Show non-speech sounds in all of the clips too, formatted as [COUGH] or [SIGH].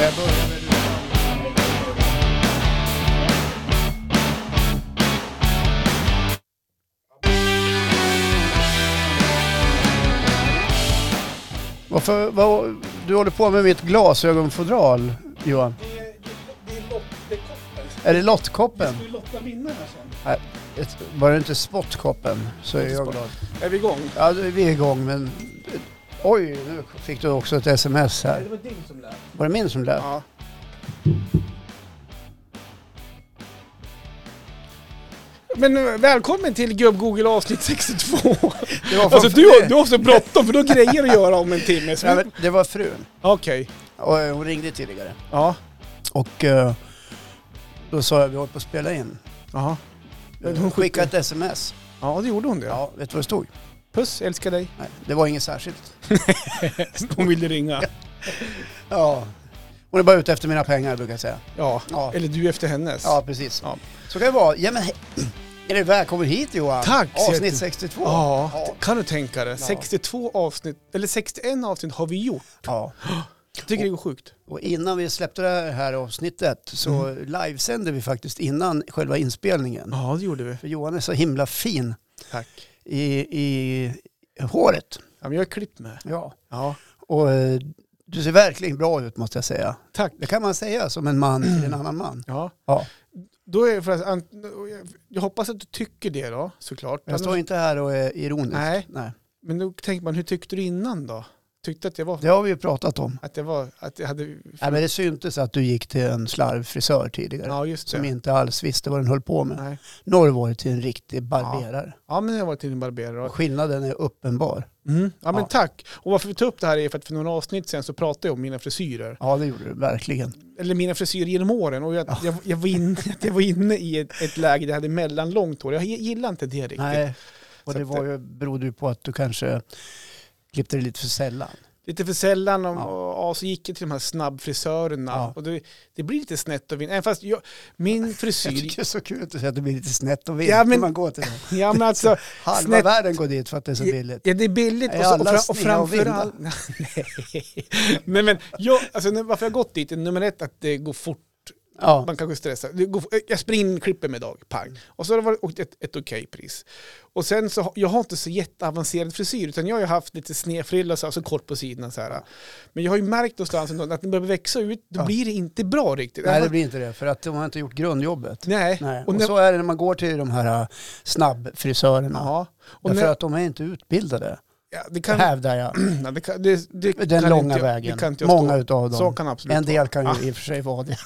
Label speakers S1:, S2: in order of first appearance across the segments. S1: jag börjar med du.
S2: Varför, vad, du håller på med mitt glasögonfodral, Johan.
S1: Det är, det är lottekoppen.
S2: Är det lottkoppen?
S1: Jag ska ju lotta vinnarna sen.
S2: Nej, ett- var det inte spottkoppen så är jag glad.
S1: Är vi igång?
S2: Ja, då är vi är igång men... Oj, nu fick du också ett sms
S1: Nej,
S2: här.
S1: Det var din som lät.
S2: Var det min som lät?
S1: Ja. Men eh, välkommen till Gubb-Google avsnitt 62.
S2: Det var,
S1: Alltså du, har- du har så bråttom för du har grejer att göra om en timme. så-
S2: Nej, men det var frun.
S1: Okej.
S2: Och, eh, hon ringde tidigare.
S1: Ja.
S2: Och eh, då sa jag vi håller på att spela in.
S1: Jaha. Men hon
S2: Hon skickade ett sms.
S1: Ja, det gjorde hon det.
S2: Ja, vet du vad det stod?
S1: Puss, älskar dig.
S2: Nej, det var inget särskilt.
S1: Hon ville ringa.
S2: Ja. Hon är bara ute efter mina pengar brukar jag säga.
S1: Ja.
S2: Ja.
S1: Eller du efter hennes.
S2: Ja, precis.
S1: Ja.
S2: Så kan det vara. Ja, men, he- [CLEARS THROAT] är det välkommen hit Johan?
S1: Tack, så
S2: Avsnitt
S1: jätte-
S2: 62.
S1: Ja,
S2: Ja.
S1: kan du tänka dig?
S2: Ja.
S1: 62 avsnitt, eller 61 avsnitt har vi gjort.
S2: ja.
S1: Jag tycker det är sjukt.
S2: Och innan vi släppte det här avsnittet så livesände vi faktiskt innan själva inspelningen.
S1: Mm. Ja, det gjorde vi.
S2: För Johan är så himla fin
S1: Tack.
S2: i, i håret.
S1: Ja, men jag är klippt med.
S2: Ja.
S1: Ja.
S2: Och eh, du ser verkligen bra ut måste jag säga.
S1: Tack.
S2: Det kan man säga som en man till
S1: [CLEARS THROAT]
S2: en annan man.
S1: Ja.
S2: Ja.
S1: Då är det för att, an- jag hoppas att du tycker det då, såklart.
S2: Jag står inte här och är ironisk.
S1: Nej.
S2: Nej.
S1: Men då tänker man, hur tyckte du innan då? Tyckte att jag var...
S2: Det har vi ju pratat om.
S1: Att det var... Att jag hade...
S2: Nej, men det syntes att du gick till en slarvfrisör tidigare.
S1: Ja, just
S2: Som
S1: det.
S2: inte alls visste vad den höll på med.
S1: Nej.
S2: Norr var det till en riktig barberare.
S1: Ja, men jag var till en barberare. då.
S2: Och skillnaden är uppenbar.
S1: Mm. Ja, men
S2: Ja.
S1: tack. Och varför vi tar upp det här är för att för några avsnitt sen så pratade jag om mina frisyrer.
S2: Ja, det gjorde du verkligen.
S1: Eller mina frisyrer genom åren. Och jag,
S2: Ja.
S1: jag, jag, var, inne, [LAUGHS] jag var inne i ett, ett läge där jag hade mellanlångt hår. Jag gillar inte det riktigt.
S2: Nej, och
S1: Så
S2: det
S1: att
S2: var ju, berodde ju på att du kanske klippte dig lite för sällan.
S1: Lite för sällan och,
S2: Ja.
S1: och, och så gick jag till de här snabbfrisörerna.
S2: Ja.
S1: Och det, det blir lite snett och vind. Även fast jag,
S2: [LAUGHS]
S1: min
S2: Jag
S1: frisyr...
S2: tycker det är så kul att du säger att det blir lite snett och vilt
S1: Ja,
S2: när
S1: men-
S2: man
S1: [LAUGHS]
S2: går till det.
S1: ja, men alltså,
S2: Halva
S1: Snett.
S2: världen går dit för att det är så
S1: Ja,
S2: billigt.
S1: Ja, det är billigt.
S2: Är
S1: Och, så, och,
S2: alla
S1: fra, och
S2: sneda och vinda?
S1: [LAUGHS] framförallt... Nej. Nej, men jag, alltså, nu- varför jag har gått dit är nummer ett att det går fort.
S2: Ja,
S1: Man kanske stressar. Det går, jag springer in, klipper mig idag, pang.
S2: Mm.
S1: Och så har det varit och ett, ett okej pris. Och sen så, har- jag har inte så jätteavancerad frisyr, utan jag har ju haft lite snedfrilla, så- alltså kort på sidorna så här. Men jag har ju märkt någonstans ändå att när det börjar växa ut, då
S2: Ja.
S1: blir det inte bra riktigt.
S2: nej det blir inte det för att de har inte gjort grundjobbet.
S1: Nej.
S2: Nej.
S1: Och
S2: Och
S1: när,
S2: så är det när man går till de här äh, snabbfrisörerna.
S1: ja. och
S2: Därför
S1: när,
S2: att de är inte utbildade,
S1: ja, det kan,
S2: hävdar jag.
S1: [CLEARS THROAT] ja, det kan, det, det
S2: Den
S1: kan
S2: långa
S1: inte jag-
S2: vägen.
S1: Det kan inte jag
S2: Många
S1: stå.
S2: utav dem.
S1: Så kan absolut Ah.
S2: en
S1: vara.
S2: del kan ju i och för sig vara det.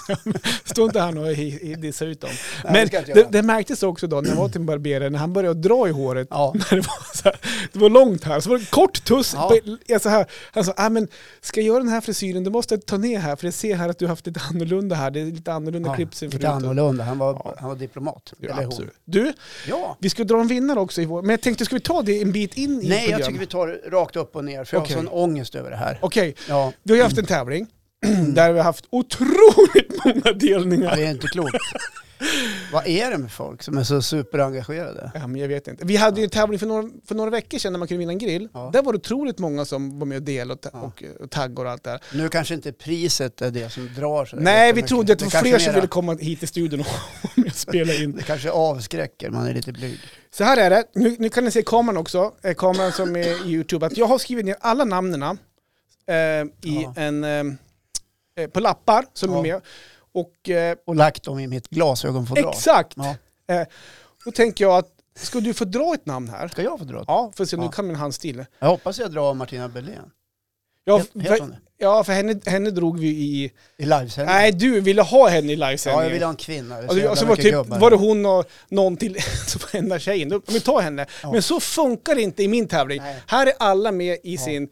S1: Stå inte han och hi- hi- dissa ut dem.
S2: Nej,
S1: Men
S2: det ska jag inte
S1: det,
S2: göra.
S1: det märktes också då när jag var till en barberare, när han började dra i håret.
S2: Ja.
S1: [LAUGHS] När det, var så här, det var långt här, så var det kort tuss.
S2: Ja.
S1: på- jag så här, han sa, ah, men ska jag göra den här frisyren, då måste jag ta ner här, för jag ser här att du har haft lite annorlunda här. Det är lite annorlunda
S2: Ja,
S1: klipp sen
S2: lite
S1: förut.
S2: annorlunda. Han var,
S1: Ja.
S2: han var diplomat.
S1: Ja,
S2: eller hon.
S1: absolut. Du,
S2: Ja.
S1: vi ska dra en vinnare också i vår, men jag tänkte, ska vi ta det en bit in i
S2: Nej, jag
S1: programmet?
S2: tycker vi tar det rakt upp och ner för jag
S1: Okej.
S2: har sån ångest över det här.
S1: Okej,
S2: Ja,
S1: vi har ju haft en tävling
S2: Mm.
S1: [CLEARS THROAT] där vi har haft otroligt många delningar.
S2: det är inte
S1: [LAUGHS]
S2: klokt. Vad är det med folk som är så superengagerade?
S1: Ja, men jag vet inte. Vi hade ju en tävling för några, för några veckor sedan när man kunde vinna en grill.
S2: Ja.
S1: Där var det otroligt många som var med och delade och, ta-
S2: Ja.
S1: och, eh, och taggade och allt det där.
S2: Nu kanske inte priset är det som drar så där
S1: Nej, vi
S2: jättemycket.
S1: trodde att det var
S2: kanske
S1: fler som
S2: mera-
S1: ville komma hit till studion och vara med och spela in.
S2: Det kanske avskräcker, man är lite blyg.
S1: Så här är det, nu, nu kan ni se kameran också, eh, kameran som är i YouTube, att jag har skrivit ner alla namnen eh, i
S2: Ja.
S1: en, eh, på lappar som
S2: Ja.
S1: är med. Och, eh,
S2: Och lagt dem i mitt glasögonfodral.
S1: exakt!
S2: Ja.
S1: Eh, då tänker jag att, ska du få dra ett namn här?
S2: Ska jag få dra? ett?
S1: Ja, för se, nu
S2: Ja.
S1: kan min hand stilla.
S2: Jag hoppas jag drar Martina Berlin.
S1: Ja,
S2: Heter-
S1: för-
S2: Heter hon det?
S1: Ja, för henne, henne drog vi i...
S2: I livesändning?
S1: Nej, du ville ha henne i
S2: Ja,
S1: livesändningen.
S2: jag vill ha en kvinna. Det är så
S1: och så,
S2: jävla
S1: och så var,
S2: mycket
S1: typ,
S2: gubbar.
S1: var det hon och någon till [LAUGHS] som var enda tjejen. Då, men ta henne.
S2: Ja.
S1: Men så funkar det inte i min tävling.
S2: Nej.
S1: Här är alla med i
S2: Ja.
S1: sin...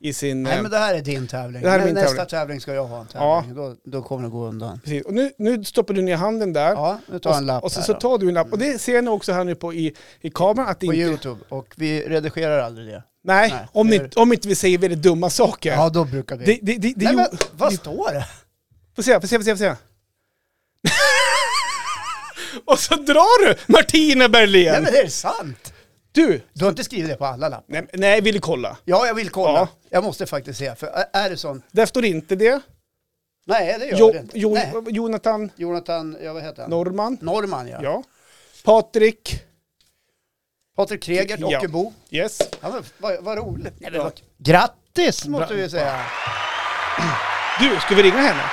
S1: I sin
S2: Nej
S1: eh,
S2: men det här är din tävling.
S1: Det här är
S2: Nä-
S1: min
S2: Nästa
S1: tävling.
S2: tävling. ska jag ha en tävling. Då, då kommer det gå undan.
S1: precis. Och nu, nu stoppar du ner handen där.
S2: Ja, nu tar
S1: och,
S2: jag en lapp
S1: och så,
S2: här
S1: så
S2: då. Mm.
S1: tar du en lapp. Och det ser ni också här nu på i, i kameran att det
S2: På
S1: inte...
S2: YouTube. Och vi redigerar aldrig det.
S1: Nej,
S2: Nej,
S1: om,
S2: det
S1: ni,
S2: gör
S1: om inte vi säger väldigt dumma saker.
S2: Ja, då brukar vi.
S1: Det, det, det, det,
S2: Nej, men,
S1: gjorde-
S2: vad står det?
S1: Få se, få se, få se, få se. [LAUGHS] Och så drar du Martina Berlin!
S2: Nej men det är sant!
S1: Du!
S2: Du har inte skrivit det på alla lappar?
S1: Nej, nej, vill du kolla.
S2: Ja, jag vill kolla.
S1: Ja.
S2: Jag måste faktiskt se. För är det sån...
S1: Där står inte det.
S2: Nej, det gör
S1: Jo,
S2: det inte.
S1: jo,
S2: Nej.
S1: Jonathan
S2: Jonathan, ja, vad heter han?
S1: Norman.
S2: Norman, ja.
S1: Ja. Patrik.
S2: Patrik Kregert,
S1: Ja.
S2: Ockelbo.
S1: Yes.
S2: Ja, men vad, vad roligt.
S1: Nej, men vad-
S2: Grattis måste
S1: Bra.
S2: vi säga.
S1: Du, ska vi ringa henne?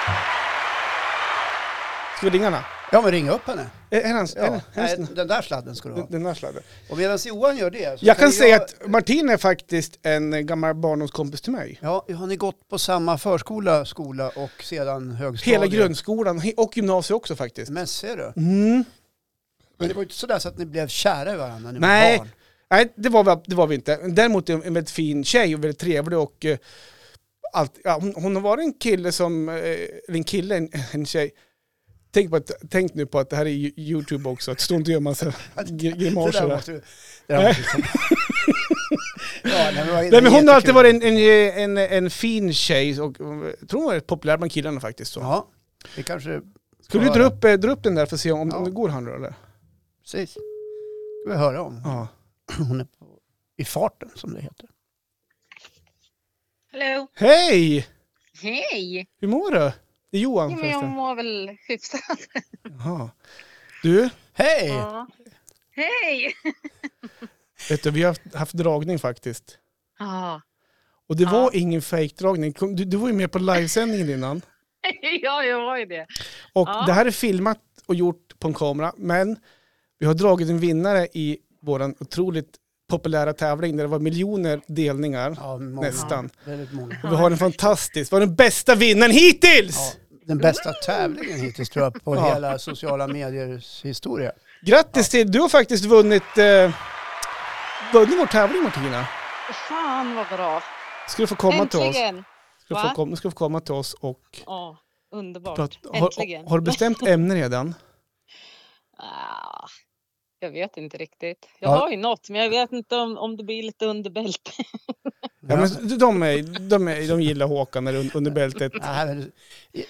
S1: Ska vi ringa henne? Eh,
S2: Ja, men ring upp henne.
S1: Är, är hans, är,
S2: Ja.
S1: hans,
S2: Nej, den där sladden ska du
S1: den,
S2: ha.
S1: den där sladden.
S2: Och medan Johan gör det. så
S1: Mm. Jag kan säga att Martin är faktiskt en gammal barndomskompis till mig.
S2: Ja, har ni gått på samma förskola, skola och sedan högstadiet?
S1: Hela grundskolan he- och gymnasiet också faktiskt.
S2: Men ser du.
S1: Mm.
S2: Men det var ju inte sådär så att ni blev kära i varandra när ni
S1: Nej.
S2: var barn.
S1: Nej, det var, vi, det var vi inte. Däremot är hon en väldigt fin tjej och väldigt trevlig och eh, allt, ja, hon, hon har varit en kille som, eh, eller en kille, en, en tjej. Tänk, på att, tänk nu på att det här är ju- YouTube också, att stå inte och göra massa gr-
S2: Det
S1: grimaser.
S2: där
S1: där.
S2: måste du... Det där måste
S1: [LAUGHS]
S2: du... ja, nej, men, vad- det
S1: Nej
S2: är
S1: men hon har alltid
S2: jättekul.
S1: varit en, en, en, en fin tjej och jag tror hon var rätt populär bland killarna faktiskt. Så.
S2: Ja, det kanske...
S1: Ska du
S2: höra.
S1: dra upp, eh, dra upp den där för att se om, om
S2: Ja.
S1: det går han då eller?
S2: Precis. ska vi höra om.
S1: Ja.
S2: Hon är på... i farten som det heter.
S3: Hallå!
S1: Hej!
S3: Hej!
S1: Hur mår du? Det är Johan
S3: Jo, men jag
S1: förresten.
S3: mår väl hyfsat.
S1: Jaha. Du,
S2: Hej!
S3: Ja. Hej!
S1: vet du, vi har haft, haft dragning faktiskt.
S3: Ja,
S1: Och det
S3: Ja.
S1: var ingen fejkdragning. Kom- Du, du var ju med på livesändningen innan.
S3: [LAUGHS] ja jag var ju det.
S1: Och
S3: Ja.
S1: det här är filmat och gjort på en kamera. Men vi har dragit en vinnare i vår otroligt populära tävling där det var miljoner delningar.
S2: Ja, många.
S1: Nästan.
S2: Väldigt
S3: [LAUGHS]
S2: många.
S1: Och vi har en fantastisk, var den bästa vinnaren hittills!
S2: Ja, den bästa tävlingen hittills tror jag på
S1: Ja.
S2: hela sociala mediers historia.
S1: Grattis till, du har faktiskt vunnit, eh, vunnit vår tävling Martina.
S3: Fan vad bra!
S1: Ska du få komma till oss.
S3: Äntligen!
S1: Ska du
S3: Va?
S1: få komma, ska du få komma till oss och
S3: Ja, underbart.
S1: prata. Har,
S3: Äntligen.
S1: har du bestämt ämne redan?
S3: Ah, jag vet inte riktigt. Jag
S2: Ja.
S3: har ju något, men jag vet inte om, om det blir lite under bälte.
S1: Ja, men de, de, är, de, är, de gillar Håkan där un- under bältet.
S2: Nej, men, nej,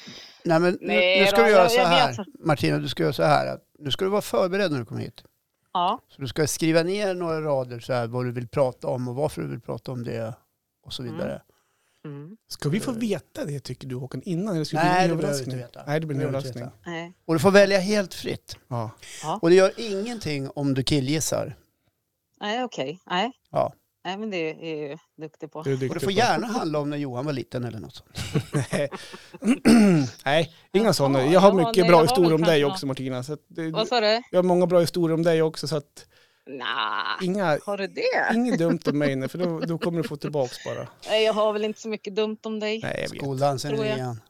S2: men nu,
S3: Nej,
S2: nu ska
S3: då,
S2: du göra
S3: jag-
S2: så
S3: jag
S2: här.
S3: vet.
S2: Martina, du ska göra så här. Att nu ska du vara förberedd när du kommer hit.
S3: [LAUGHS] Ja,
S2: Så du ska skriva ner några rader så här, vad du vill prata om och varför du vill prata om det och så vidare.
S3: mm.
S1: Ska vi få veta det tycker du Håkan innan? Eller ska
S2: Nej,
S1: bli en
S2: det behöver
S1: överraskning?
S2: vi inte veta.
S1: Nej, det blir en
S2: Det behöver vi
S1: överraskning.
S2: inte
S3: nej.
S2: Och du får välja helt fritt.
S1: Ja.
S2: Och det gör ingenting om du killgissar.
S3: Nej, okej. Nej.
S2: Ja.
S3: nej, men det är jag ju duktig på.
S1: Du är
S2: Och det
S1: duktig
S2: får gärna handla om när Johan var liten eller något sånt.
S1: på- [CLEARS THROAT] Nej, inga
S3: Jaha,
S1: sådana. Jag har
S3: ja,
S1: mycket
S3: nej, jag
S1: bra
S3: har
S1: historier
S3: väl
S1: om dig
S3: kanske
S1: också Martina. Så att det,
S3: Vad sa du?
S1: jag har många bra historier om dig också så att
S3: Nja,
S1: inga,
S3: har du det?
S1: inget dumt om mig nu för då, då kommer du få tillbaks bara.
S3: Nej, jag har väl inte så mycket dumt om dig.
S1: Nej, jag vet.
S2: Skoldansen i
S3: Tror jag.
S2: nian.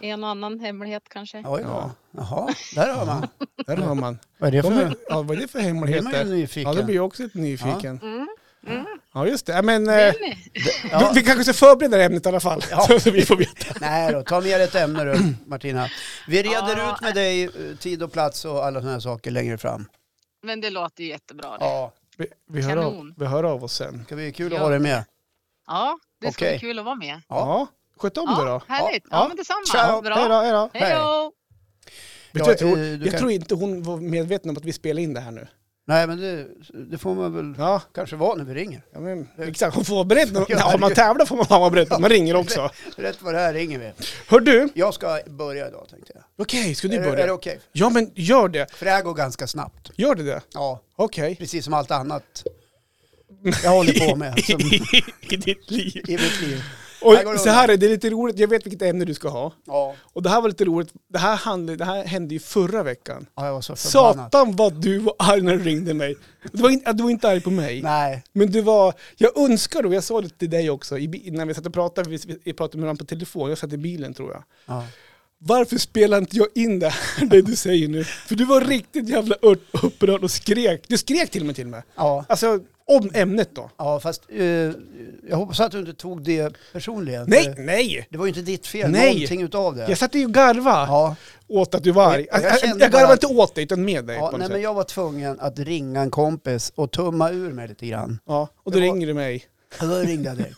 S3: En och annan hemlighet kanske.
S2: Oj då.
S1: Ja.
S2: Jaha, där har man.
S1: Där hör man.
S2: Vad är det för
S1: De,
S2: nu?
S1: ja, vad är det för
S2: Blir man ju
S1: hemligheter?
S2: nyfiken.
S1: Ja, då blir jag också lite nyfiken. Ja,
S3: Mm.
S1: just det. Ja, Men, eh,
S3: Vill ni?
S1: du, vi kanske ska förbereda det ämnet i alla fall.
S2: Ja.
S1: [LAUGHS] Så, så vi får veta.
S2: Nej då, ta med ett ämne du, Martina. Vi reder
S3: Ja.
S2: ut med dig eh, tid och plats och alla sådana här saker längre fram.
S3: Men det låter ju jättebra. Det. Ja.
S2: Ja,
S1: Vi, vi, hör av,
S3: Kanon.
S1: vi hör av oss sen.
S2: det ska bli kul att
S3: Ja.
S2: ha dig med.
S3: det ska
S2: Okej.
S3: bli kul att vara med.
S1: Ja. Sköt om dig då.
S3: Ja, härligt. Ja,
S2: Ja.
S3: men detsamma.
S2: Ciao.
S1: Hej då,
S3: Bra.
S1: hej då.
S3: Hej då.
S2: Ja,
S1: Vet du, jag tror,
S2: eh, du
S1: jag
S2: kan-
S1: tror inte hon var medveten om att vi spelar in det här nu.
S2: Nej men det, det får man väl
S1: Ja,
S2: kanske vara när vi ringer.
S1: ja men, exakt. Hon får vara beredd.
S2: Ja,
S1: Eh. [LAUGHS] Ja, om man
S2: herregud.
S1: tävlar får man fan vara beredd. Man ringer också.
S2: Rätt vad det här ringer vi.
S1: Hör du, Eh,
S2: Jag ska börja idag tänkte jag.
S1: okej, ska du
S2: Är det- Är det
S1: börja?
S2: okej?
S1: Ja, men gör det.
S2: För det här går ganska snabbt.
S1: Gör det det?
S2: Ja,
S1: Okej.
S2: precis som allt annat jag håller på med [LAUGHS] som,
S1: I ditt liv.
S2: i mitt liv. Här går det
S1: Och så här är det lite roligt. Jag vet vilket ämne du ska ha.
S2: Ja,
S1: Och det här var lite roligt. Det här, handlade, det här hände ju förra veckan.
S2: ja, jag var så förbannad.
S1: Satan vad du var arg när du ringde mig. Du var, in, du var inte arg på mig.
S2: Nej,
S1: Men du var, jag önskar då, jag sa det till dig också i bi- när vi satt och pratade, vi, vi pratade med varandra på telefon, jag satt i bilen tror jag.
S2: ja.
S1: Varför spelar inte jag in det här, det du säger nu? För du var riktigt jävla ört- upprörd och skrek. Du skrek till och med till mig.
S2: ja.
S1: Alltså om ämnet då.
S2: Ja, fast eh, jag hoppas att du inte tog det personligen.
S1: Nej,
S2: För
S1: nej!
S2: Det var ju inte ditt fel,
S1: Nej.
S2: någonting utav det.
S1: Jag satt ju och garva
S2: Ja,
S1: åt att du var arg.
S2: Jag-
S1: Jag,
S2: jag
S1: jag,
S2: kände
S1: garvade
S2: bara-
S1: inte åt dig utan med dig
S2: ja
S1: på något
S2: nej,
S1: sätt.
S2: men jag var tvungen att ringa en kompis och tumma ur mig lite grann.
S1: Ja, och då
S2: Det var-
S1: ringer du mig.
S2: Ja, Då ringde jag
S1: [LAUGHS]
S2: dig.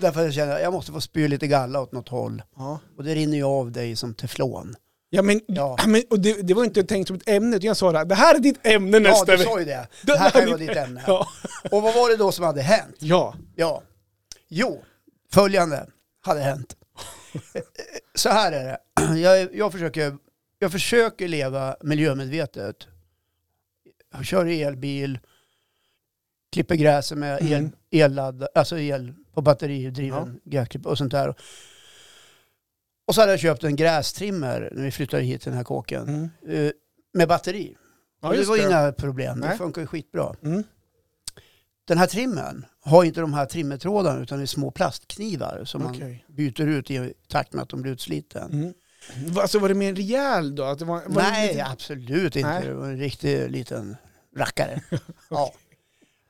S2: Därför jag kände att jag måste få spy lite galla åt något håll.
S1: Ja.
S2: Och det rinner ju av dig som teflon.
S1: Ja men,
S2: Ja.
S1: men och det, det var inte tänkt som ett ämne, utan jag sa det här, det här är ditt ämne
S2: Ja,
S1: nästa
S2: du
S1: vecka.
S2: sa ju det. Det här kan ju vara ditt ämne.
S1: Ja.
S2: Och vad var det då som hade hänt?
S1: ja. [LAUGHS]
S2: Ja, jo, följande hade hänt. så här är det. Jag, är- jag, försöker, jag försöker leva miljömedvetet. Jag kör elbil, klipper gräset med el,
S1: Mm.
S2: elladd, alltså el på batteridriven gräsklipp och sånt där. Och så hade jag köpt en grästrimmer när vi flyttade hit till den här kåken.
S1: Mm.
S2: eh, Med batteri.
S1: Ja,
S2: Och det
S1: just
S2: var
S1: det.
S2: inga problem. Det
S1: Nej.
S2: funkar ju skitbra.
S1: Mm.
S2: Den här trimmen har inte de här trimmetrådarna utan det är små plastknivar som man
S1: Okej.
S2: byter ut i takt med att de blir utsliten.
S1: Mm. Alltså var det mer en rejäl då? Att det var, var
S2: Nej,
S1: det lite-
S2: absolut inte.
S1: Nej.
S2: Det var en riktig liten
S1: [LAUGHS]
S2: rackare. ja.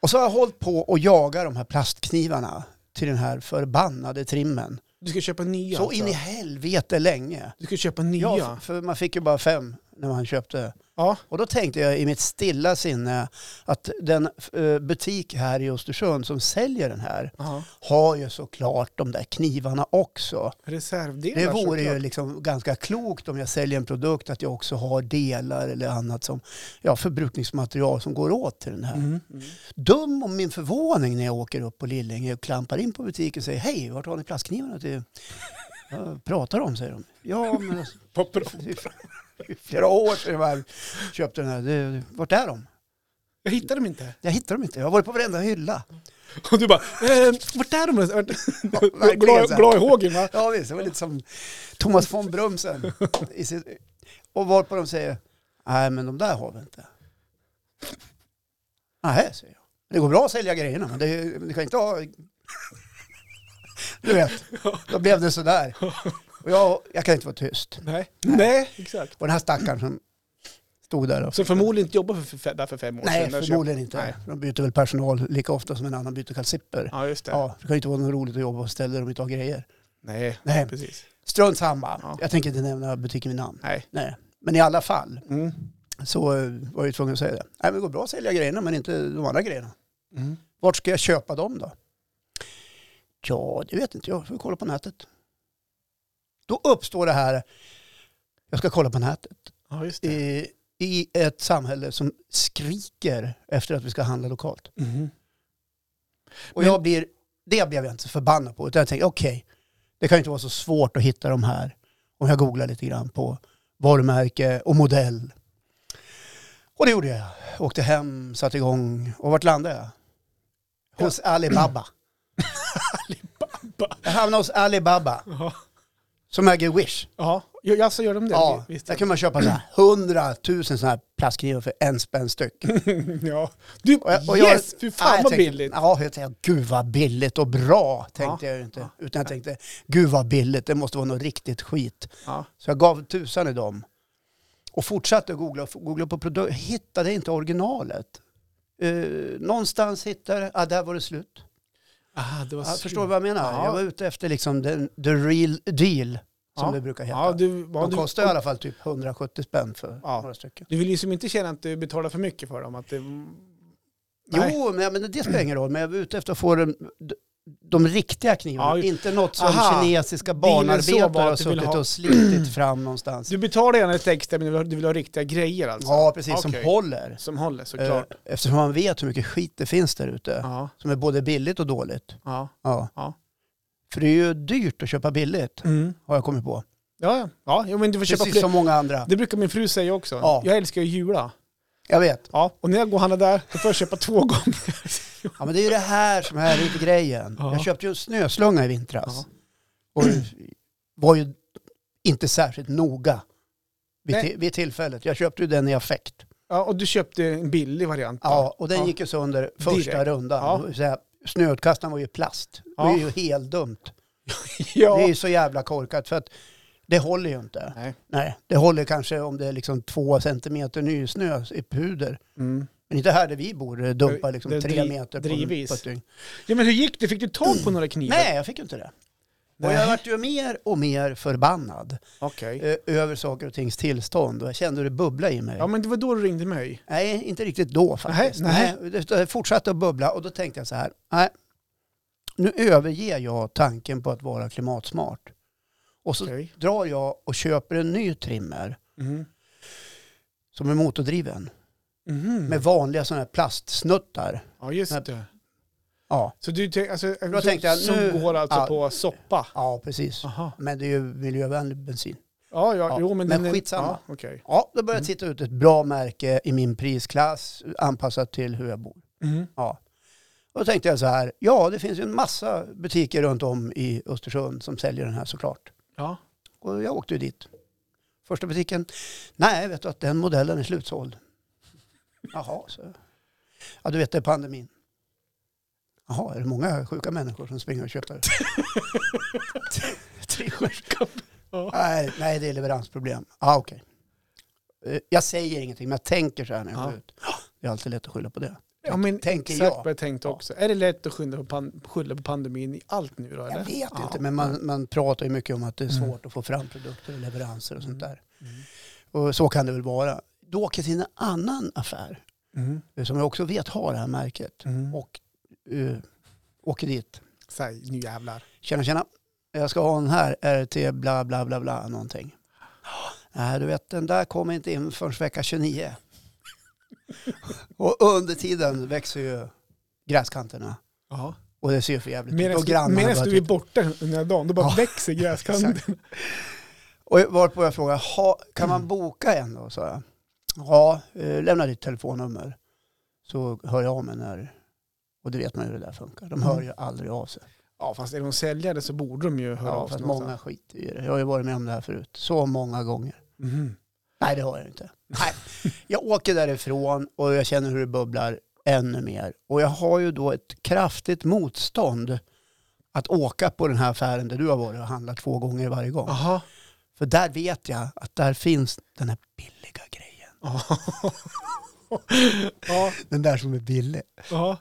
S2: Och så har jag hållit på och jagat de här plastknivarna till den här förbannade trimmen.
S1: Du ska köpa nya
S2: Så
S1: alltså.
S2: in i helvete länge.
S1: Du ska köpa nya?
S2: Ja, f- för man fick ju bara fem när man köpte.
S1: Ja.
S2: Och då tänkte jag i mitt stilla sinne att den eh, butik här i Östersund som säljer den här
S1: ja.
S2: har ju såklart de där knivarna också.
S1: Reservdelar
S2: Det vore ju
S1: såklart.
S2: liksom ganska klokt om jag säljer en produkt att jag också har delar eller annat som ja, förbrukningsmaterial som går åt till den här.
S1: Mm. Mm.
S2: Dum om min förvåning när jag åker upp på Lillinge och klampar in på butiken och säger hej, vart har ni plastknivarna till? Ja, pratar om, säger de. Ja, men
S1: [LAUGHS]
S2: alltså,
S1: På pro-
S2: [LAUGHS] det är flera år sedan jag var- köpte den här. Det- Vart är de?
S1: Jag hittar dem inte.
S2: Jag hittar dem inte. Jag har varit på varenda hylla.
S1: [LAUGHS] Och du bara, ehm, vart är de? Vart? [LAUGHS]
S2: verkligen så
S1: glad,
S2: här.
S1: glad i hågen va?
S2: Ja visst, det var lite som Thomas von Brömsen. I sitt, och varpå de säger, nej men de där har vi inte. Nej, säger jag. Det går bra att sälja grejerna, men det, ni kan inte ha... Du vet, då blev det sådär. Och jag, jag kan inte vara tyst.
S1: Nej. Nej, exakt.
S2: Och den här stackaren som stod där och...
S1: Så förmodligen inte jobbar för, för, där för fem år
S2: Nej,
S1: sedan. Där
S2: förmodligen
S1: köpte-
S2: inte.
S1: Nej.
S2: De byter väl personal lika ofta som en annan byter kalsipper.
S1: Ja, just det.
S2: Ja, det kan ju inte vara något roligt att jobba på ställe där de inte har grejer.
S1: Nej,
S2: Nej,
S1: precis.
S2: Strunt samma.
S1: Ja.
S2: Jag tänker inte nämna butiken vid namn.
S1: Nej.
S2: Nej. Men i alla fall
S1: Mm.
S2: så eh, var jag ju tvungen att säga det. Nej, men det går bra att sälja grejerna men inte de andra grejerna.
S1: Mm.
S2: Vart ska jag köpa dem då? Ja, det vet inte jag. Får vi kolla på nätet. Då uppstår det här, jag ska kolla på nätet,
S1: Ja, just det.
S2: i, i ett samhälle som skriker efter att vi ska handla lokalt.
S1: Mhm.
S2: Och jag blir, det blev jag inte så förbannad på. Utan jag tänkte, okej, det kan ju inte vara så svårt att hitta de här. Om jag googlar lite grann på varumärke och modell. Och det gjorde jag. Åkte hem, satte igång. Och vart landade jag? Hos Alibaba.
S1: Alibaba.
S2: Jag hamnade hos Alibaba,
S1: Ja.
S2: som äger Wish.
S1: Ja, ja, alltså gör de det?
S2: Ja,
S1: Visst.
S2: där kan man köpa så här 100 000 sådana här plastknivar för en spänn styck.
S1: ja. Du,
S2: Och jag- och jag-
S1: yes! Fy
S2: Ja,
S1: fan
S2: jag
S1: vad
S2: tänkte,
S1: billigt.
S2: Ja, jag tänkte, gud vad billigt och bra tänkte
S1: Ja,
S2: jag ju inte. Utan jag tänkte, gud vad billigt, det måste vara något riktigt skit.
S1: Ja.
S2: Så jag gav tusan i dem. Och fortsatte att googla, googla på produkter, hittade inte originalet. Eh, någonstans hittade jag, ah, där var det slut.
S1: Ah, det var
S2: Ja,
S1: synd.
S2: förstår du vad jag menar?
S1: Ja.
S2: Jag var ute efter liksom den, the real deal, som
S1: Ja.
S2: det brukar heta.
S1: Ja, du, ja,
S2: De
S1: du,
S2: kostar i alla fall typ 170 spänn för
S1: Ja.
S2: några stycken.
S1: du vill ju som inte känna att du betalar för mycket för dem. Att det, Nej.
S2: Jo, men, men det spelar ingen roll. Men jag var ute efter att få de, de riktiga knivarna.
S1: Ja, ju-
S2: inte något som
S1: Aha.
S2: kinesiska
S1: Dealen så var
S2: barnarbetare
S1: att
S2: har
S1: du vill
S2: suttit
S1: ha- [CLEARS THROAT]
S2: och slitit fram någonstans.
S1: Du betalar gärna lite extra men du vill ha, du vill ha riktiga grejer alltså?
S2: Ja, precis. Som
S1: Okej.
S2: håller.
S1: Som håller såklart.
S2: Eh, Eftersom man vet hur mycket skit det finns där ute.
S1: Ja,
S2: Som är både billigt och dåligt.
S1: ja.
S2: Ja.
S1: Ja.
S2: För det är ju dyrt att köpa billigt,
S1: Mm.
S2: har jag kommit på.
S1: Ja, ja. ja jo, men du får köpa
S2: Precis
S1: fler.
S2: som många andra.
S1: Det brukar min fru säga också.
S2: Ja.
S1: Jag älskar ju jula.
S2: Jag vet.
S1: Ja, och när jag går och handlar där, då får jag köpa två gånger.
S2: Ja, men det är ju det här som är lite grejen.
S1: Ja.
S2: Jag köpte ju en snöslunga i vintras.
S1: Ja.
S2: Och var ju inte särskilt noga vid,
S1: Nej.
S2: ti- vid tillfället. Jag köpte ju den i affekt.
S1: Ja, och du köpte en billig variant. då.
S2: Ja, och den
S1: Ja.
S2: gick ju sönder första
S1: Direkt. Ja.
S2: rundan. Ja. Snöutkastaren var ju plast. Det är
S1: Ja.
S2: ju helt dumt.
S1: [LAUGHS] ja.
S2: Det är ju så jävla korkat för att det håller ju inte.
S1: Nej.
S2: Nej, det håller kanske om det är liksom två centimeter nysnö i puder.
S1: Mm.
S2: Men inte här där vi bor, det dumpar liksom
S1: Det är
S2: tre
S1: dri-
S2: meter på, en-
S1: drivis.
S2: på ett dygn.
S1: ja, men hur gick det? Fick du tag på några knivar?
S2: Nej, jag fick ju inte det. Och jag
S1: Nej.
S2: vart ju mer och mer förbannad
S1: Okej.
S2: eh, över saker och tings tillstånd och jag kände hur det bubbla i mig.
S1: Ja, men det var då du ringde mig.
S2: Nej, inte riktigt då faktiskt.
S1: Nej,
S2: nej. det- Det fortsatte att bubbla och då tänkte jag så här, nej, nu överger jag tanken på att vara klimatsmart. Och så
S1: Okej.
S2: drar jag och köper en ny trimmer
S1: Mm.
S2: som är motordriven
S1: Mhm.
S2: med vanliga sådana här plastsnuttar.
S1: Ja, just det.
S2: Ja,
S1: Så du tänk- alltså, en
S2: Då
S1: som-
S2: tänkte jag,
S1: som
S2: nu-
S1: går alltså
S2: ja.
S1: på soppa?
S2: ja precis.
S1: Aha.
S2: Men det är ju miljövänlig bensin.
S1: Ja, ja,
S2: Ja,
S1: jo men...
S2: men
S1: den är-
S2: skitsamma.
S1: Ja, okej.
S2: Ja, då börjar jag titta ut ett bra märke i min prisklass anpassat till hur jag bor.
S1: Mm.
S2: Ja. Och då tänkte jag så här, ja det finns ju en massa butiker runt om i Östersund som säljer den här såklart. [LAUGHS]
S1: Ja.
S2: Och jag åkte ju dit. Första butiken, nej vet du att den modellen är slutsåld. Jaha, så. Ja du vet det är pandemin. Jaha, är det många sjuka människor som springer och köper? Tre sjuka? Nej, nej, det är leveransproblem. ah, okej. Eh, Jag säger ingenting, men jag tänker så här när jag går
S1: Ja.
S2: ut. Ja, Det är alltid lätt att skylla på det.
S1: Ja, men
S2: tänker
S1: exakt
S2: jag.
S1: vad jag tänkte också. Är det lätt att skylla på, pan- skylla på pandemin i allt nu då? Eller?
S2: Jag vet
S1: Ja.
S2: inte, men man, man pratar ju mycket om att det är
S1: Mm.
S2: svårt att få fram produkter och leveranser och sånt där.
S1: Mm.
S2: Och så kan det väl vara. Då åker jag till en annan affär
S1: Mm.
S2: eh, som jag också vet har det här märket.
S1: Mm.
S2: Och eh, åker dit.
S1: Säg, nu jävlar.
S2: Tjena, tjena. Jag ska ha den här RT bla bla bla bla någonting. Nej, du vet den där kommer inte in förrän vecka 29. [LAUGHS] och under tiden växer ju gräskanterna.
S1: Ja.
S2: Och det ser ju för jävligt ut.
S1: Medan
S2: Och grannarna börjar
S1: du är
S2: titta.
S1: borta den här dagen, då bara
S2: Ja. [LAUGHS]
S1: växer gräskanten.
S2: Och varpå jag frågade, "Ha, kan man boka en då? sa jag. Ja, eh, lämna ditt telefonnummer. Så hör jag av mig när... Och det vet man ju hur det där funkar. De
S1: Mm.
S2: hör ju aldrig av sig.
S1: ja, fast är de säljare så borde de ju höra
S2: Ja,
S1: av sig.
S2: fast många
S1: någonstans.
S2: skiter i det. Jag har ju varit med om det här förut. Så många gånger.
S1: Mhm.
S2: Nej, det har jag
S1: [LAUGHS]
S2: inte. Nej. Jag åker därifrån och jag känner hur det bubblar ännu mer. Och jag har ju då ett kraftigt motstånd att åka på den här affären där du har varit och handlat två gånger varje gång.
S1: Aha.
S2: För där vet jag att där finns den här billiga grejen.
S1: [LAUGHS] Ja,
S2: Den där som är billig.
S1: ja.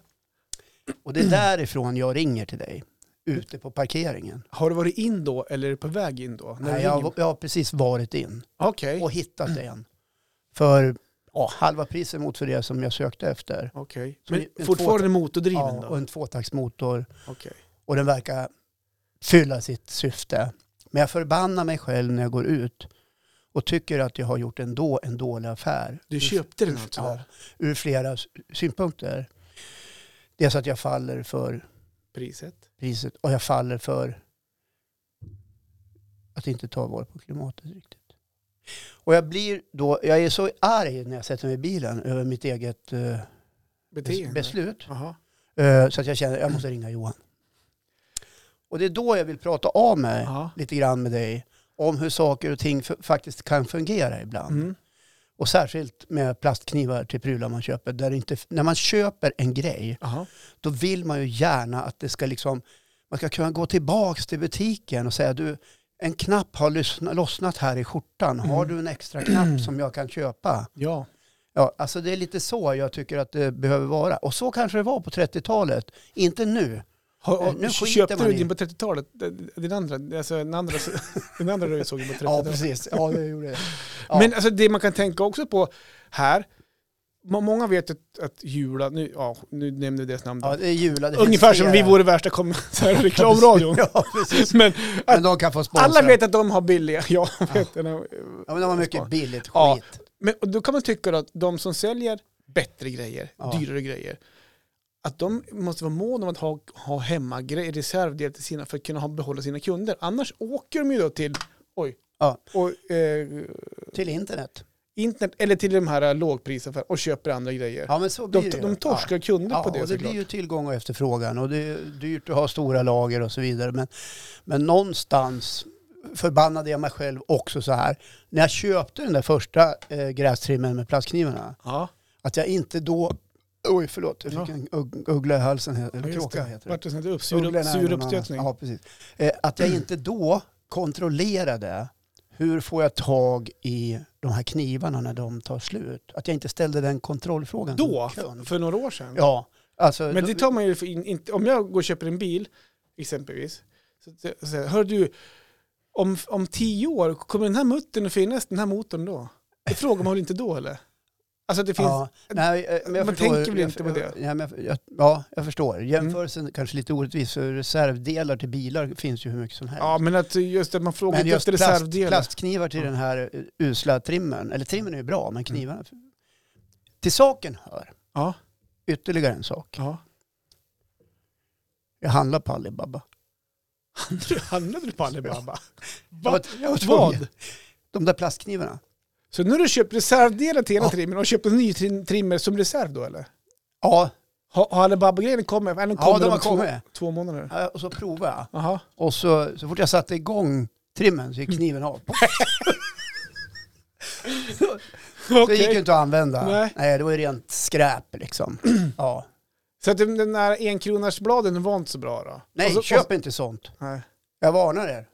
S2: Och det är därifrån jag ringer till dig. Ute på parkeringen.
S1: Har du varit in då eller är du på väg in då? När du
S2: Nej, jag,
S1: ringer-
S2: har- jag har precis varit in
S1: Okej,
S2: och hittat en. För ja, halva priset mot för det som jag sökte efter.
S1: okej.
S2: Så en- en
S1: Men fortfarande motordriven
S2: Ja, och
S1: då?
S2: en tvåtaktsmotor.
S1: Okej.
S2: Och den verkar fylla sitt syfte. Men jag förbannar mig själv när jag går ut och tycker att jag har gjort ändå en dålig affär.
S1: Du
S2: Ur-
S1: köpte den
S2: ur-
S1: alltså?
S2: Ja,
S1: där?
S2: ur flera s- synpunkter. Dels att jag faller för
S1: Priset?
S2: priset och jag faller för att inte ta vara på klimatet riktigt. Och jag blir då, jag är så arg när jag sätter mig i bilen över mitt eget eh, bes-
S1: Beteende?
S2: beslut.
S1: Aha.
S2: Eh, så att jag känner att jag måste ringa Johan. Och det är då jag vill prata av mig
S1: Ja.
S2: lite grann med dig om hur saker och ting f- faktiskt kan fungera ibland.
S1: Mm.
S2: Och särskilt med plastknivar till prylar man köper. Där det inte, f- när man köper en grej
S1: Aha.
S2: då vill man ju gärna att det ska liksom, man ska kunna gå tillbaks till butiken och säga du, en knapp har lyssna, lossnat här i skjortan, har
S1: Mm.
S2: du en extra knapp som jag kan köpa?
S1: Ja.
S2: Ja, alltså det är lite så jag tycker att det behöver vara. Och så kanske det var på 30-talet, inte nu.
S1: Har,
S2: Eh, nu skiter
S1: köpte
S2: man
S1: du
S2: i-
S1: din på 30-talet? Din andra, alltså, den andra, [LAUGHS] den andra du såg på 30-talet?
S2: precis. Ja, det gjorde det. Ja.
S1: Men alltså, det man kan tänka också på här, må- många vet att, att Jula, nu, ja, nu nämnde jag deras namn, då.
S2: Ja, det är jula. Det finns
S1: ungefär som vi
S2: flera.
S1: vore värsta [LAUGHS] konserter i reklamradion.
S2: [LAUGHS] Ja, precis.
S1: Men
S2: Men de kan få sponsra.
S1: alla vet att de har billiga, [LAUGHS] ja, vet ja.
S2: Ja, men de har mycket billigt skit.
S1: Ja. Men och då kan man tycka att de som säljer bättre grejer,
S2: Ja.
S1: dyrare grejer, att de måste vara måna om att ha, ha hemmagrejer, reservdelar till sina, för att kunna ha, behålla sina kunder. Annars åker de ju då till, oj,
S2: Ja.
S1: och, eh,
S2: Till internet.
S1: internet, eller till de här eh, lågprisaffärerna och köper andra grejer.
S2: Ja, men så blir
S1: De,
S2: det ju.
S1: de
S2: Ja.
S1: torskar kunder
S2: Ja,
S1: på det
S2: och det blir
S1: såklart.
S2: ju tillgång och efterfrågan och det är dyrt att ha stora lager och så vidare. Men, men någonstans förbannade jag mig själv också så här. När jag köpte den där första eh, grästrimmen med plastknivarna,
S1: Ja,
S2: att jag inte då... Oj, förlåt. Jag fick
S1: Ja.
S2: en ugg- uggla i halsen, he- eller
S1: just
S2: kråka
S1: det.
S2: heter det.
S1: Vart det sånt där upp, sur,
S2: Ugglorna
S1: upp,
S2: är
S1: sur
S2: någon annans.
S1: uppstötning.
S2: Ja, precis. Eh, att jag inte då kontrollerade hur får jag tag i de här knivarna när de tar slut. Att jag inte ställde den kontrollfrågan. som
S1: Då,
S2: kund.
S1: för några år sedan.
S2: Ja, alltså...
S1: Men det tar man ju för in, inte, om jag går och köper en bil, exempelvis, så, så, så hör du, om, om tio år, kommer den här muttern att finnas, den här motorn då? Det frågar man väl inte då eller? Alltså att det finns,
S2: Ja, nej, eh, men jag
S1: man
S2: förstår,
S1: tänker väl
S2: jag-
S1: inte på det? Mm.
S2: jag- Ja, men jag, jag, ja, jag förstår. Jämförelsen kanske lite orättvis, för reservdelar till bilar finns ju hur mycket som helst.
S1: ja men att just att man frågar
S2: men
S1: inte
S2: just
S1: efter
S2: plast,
S1: reservdelar.
S2: plastknivar till
S1: Ja. Mm.
S2: den här eh, usla trimmen, eller trimmen är ju bra, men knivarna... Till saken hör
S1: Ja,
S2: ytterligare en sak.
S1: ja.
S2: Jag handlar på Alibaba.
S1: Handlade- [LAUGHS] Handlade du på Alibaba?
S2: Jag
S1: Va?
S2: var, jag var tvungen.
S1: Vad?
S2: De där plastknivarna.
S1: Så nu har du köpt reservdelar till hela
S2: Ja.
S1: trimmern och köpt en ny trim- trimmer som reserv då eller?
S2: Ja,
S1: Har, har Alibaba-grejen kommit? Eller den
S2: Ja,
S1: kommer
S2: de har
S1: om två-
S2: kommit.
S1: Två månader?
S2: eh, och så provade jag.
S1: Jaha.
S2: Och så, så fort jag satte igång trimmen så gick
S1: Mm.
S2: kniven av. Så det gick ju
S1: Okej.
S2: inte att använda.
S1: Nej.
S2: Nej. det var ju rent skräp
S1: [CLEARS THROAT]
S2: liksom. Ja.
S1: Så att den den där enkronarsbladen var inte så bra då?
S2: Nej,
S1: Och så,
S2: köp inte sånt.
S1: Och, nej. Alltså,
S2: Jag varnar er.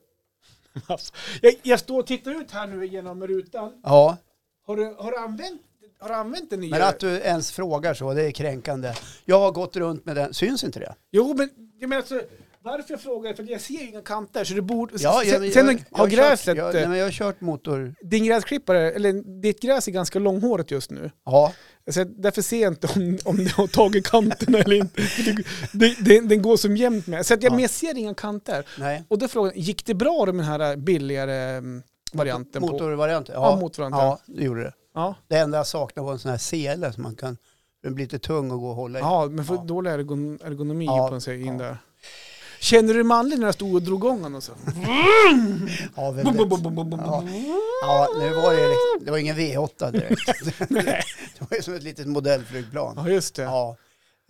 S1: Jag, jag står och tittar ut här nu genom rutan.
S2: Ja,
S1: Har du, har du, använt, har du använt den nya?
S2: men att du ens frågar så, det är kränkande. Jag har gått runt med den, syns inte det?
S1: Jo, men jag menar alltså, varför jag frågar är för att jag ser ju inga kanter så du borde...
S2: Ja,
S1: sen
S2: jag,
S1: sen
S2: jag- jag
S1: har
S2: Kört,
S1: gräset... eh,
S2: jag, nej, men jag har kört motor...
S1: din gräsklippare, eller ditt gräs är ganska långhårigt just nu.
S2: Ja,
S1: Så att därför ser jag inte om, om det har tagit kanterna eller inte. Det, det, den- den går som jämnt med. Så att jag,
S2: Ja.
S1: men jag ser inga kanter.
S2: nej.
S1: Och då frågan, gick det bra med den här billigare mm, varianten? På?
S2: Motorvarianten.
S1: Ja, motorvarianten.
S2: Ja, det gjorde det.
S1: Ja.
S2: Det enda jag saknade var en sån här sele som man kan... Den blir lite tung att gå och hålla i.
S1: ja, men för
S2: Eh, Ja.
S1: dålig ergon, ergonomi
S2: Ja,
S1: på en sig in
S2: ja.
S1: där. Känner du dig manlig när jag stod och drog igång den?
S2: [LAUGHS]
S1: och så?
S2: Ja,
S1: Bum,
S2: väldigt.
S1: bum, bum, bum, bum, bum.
S2: Ja. ja, nu var det liksom, det var ingen V8
S1: [LAUGHS]
S2: direkt. [LAUGHS] det var ju som ett litet modellflygplan.
S1: Ja, just det.
S2: Ja.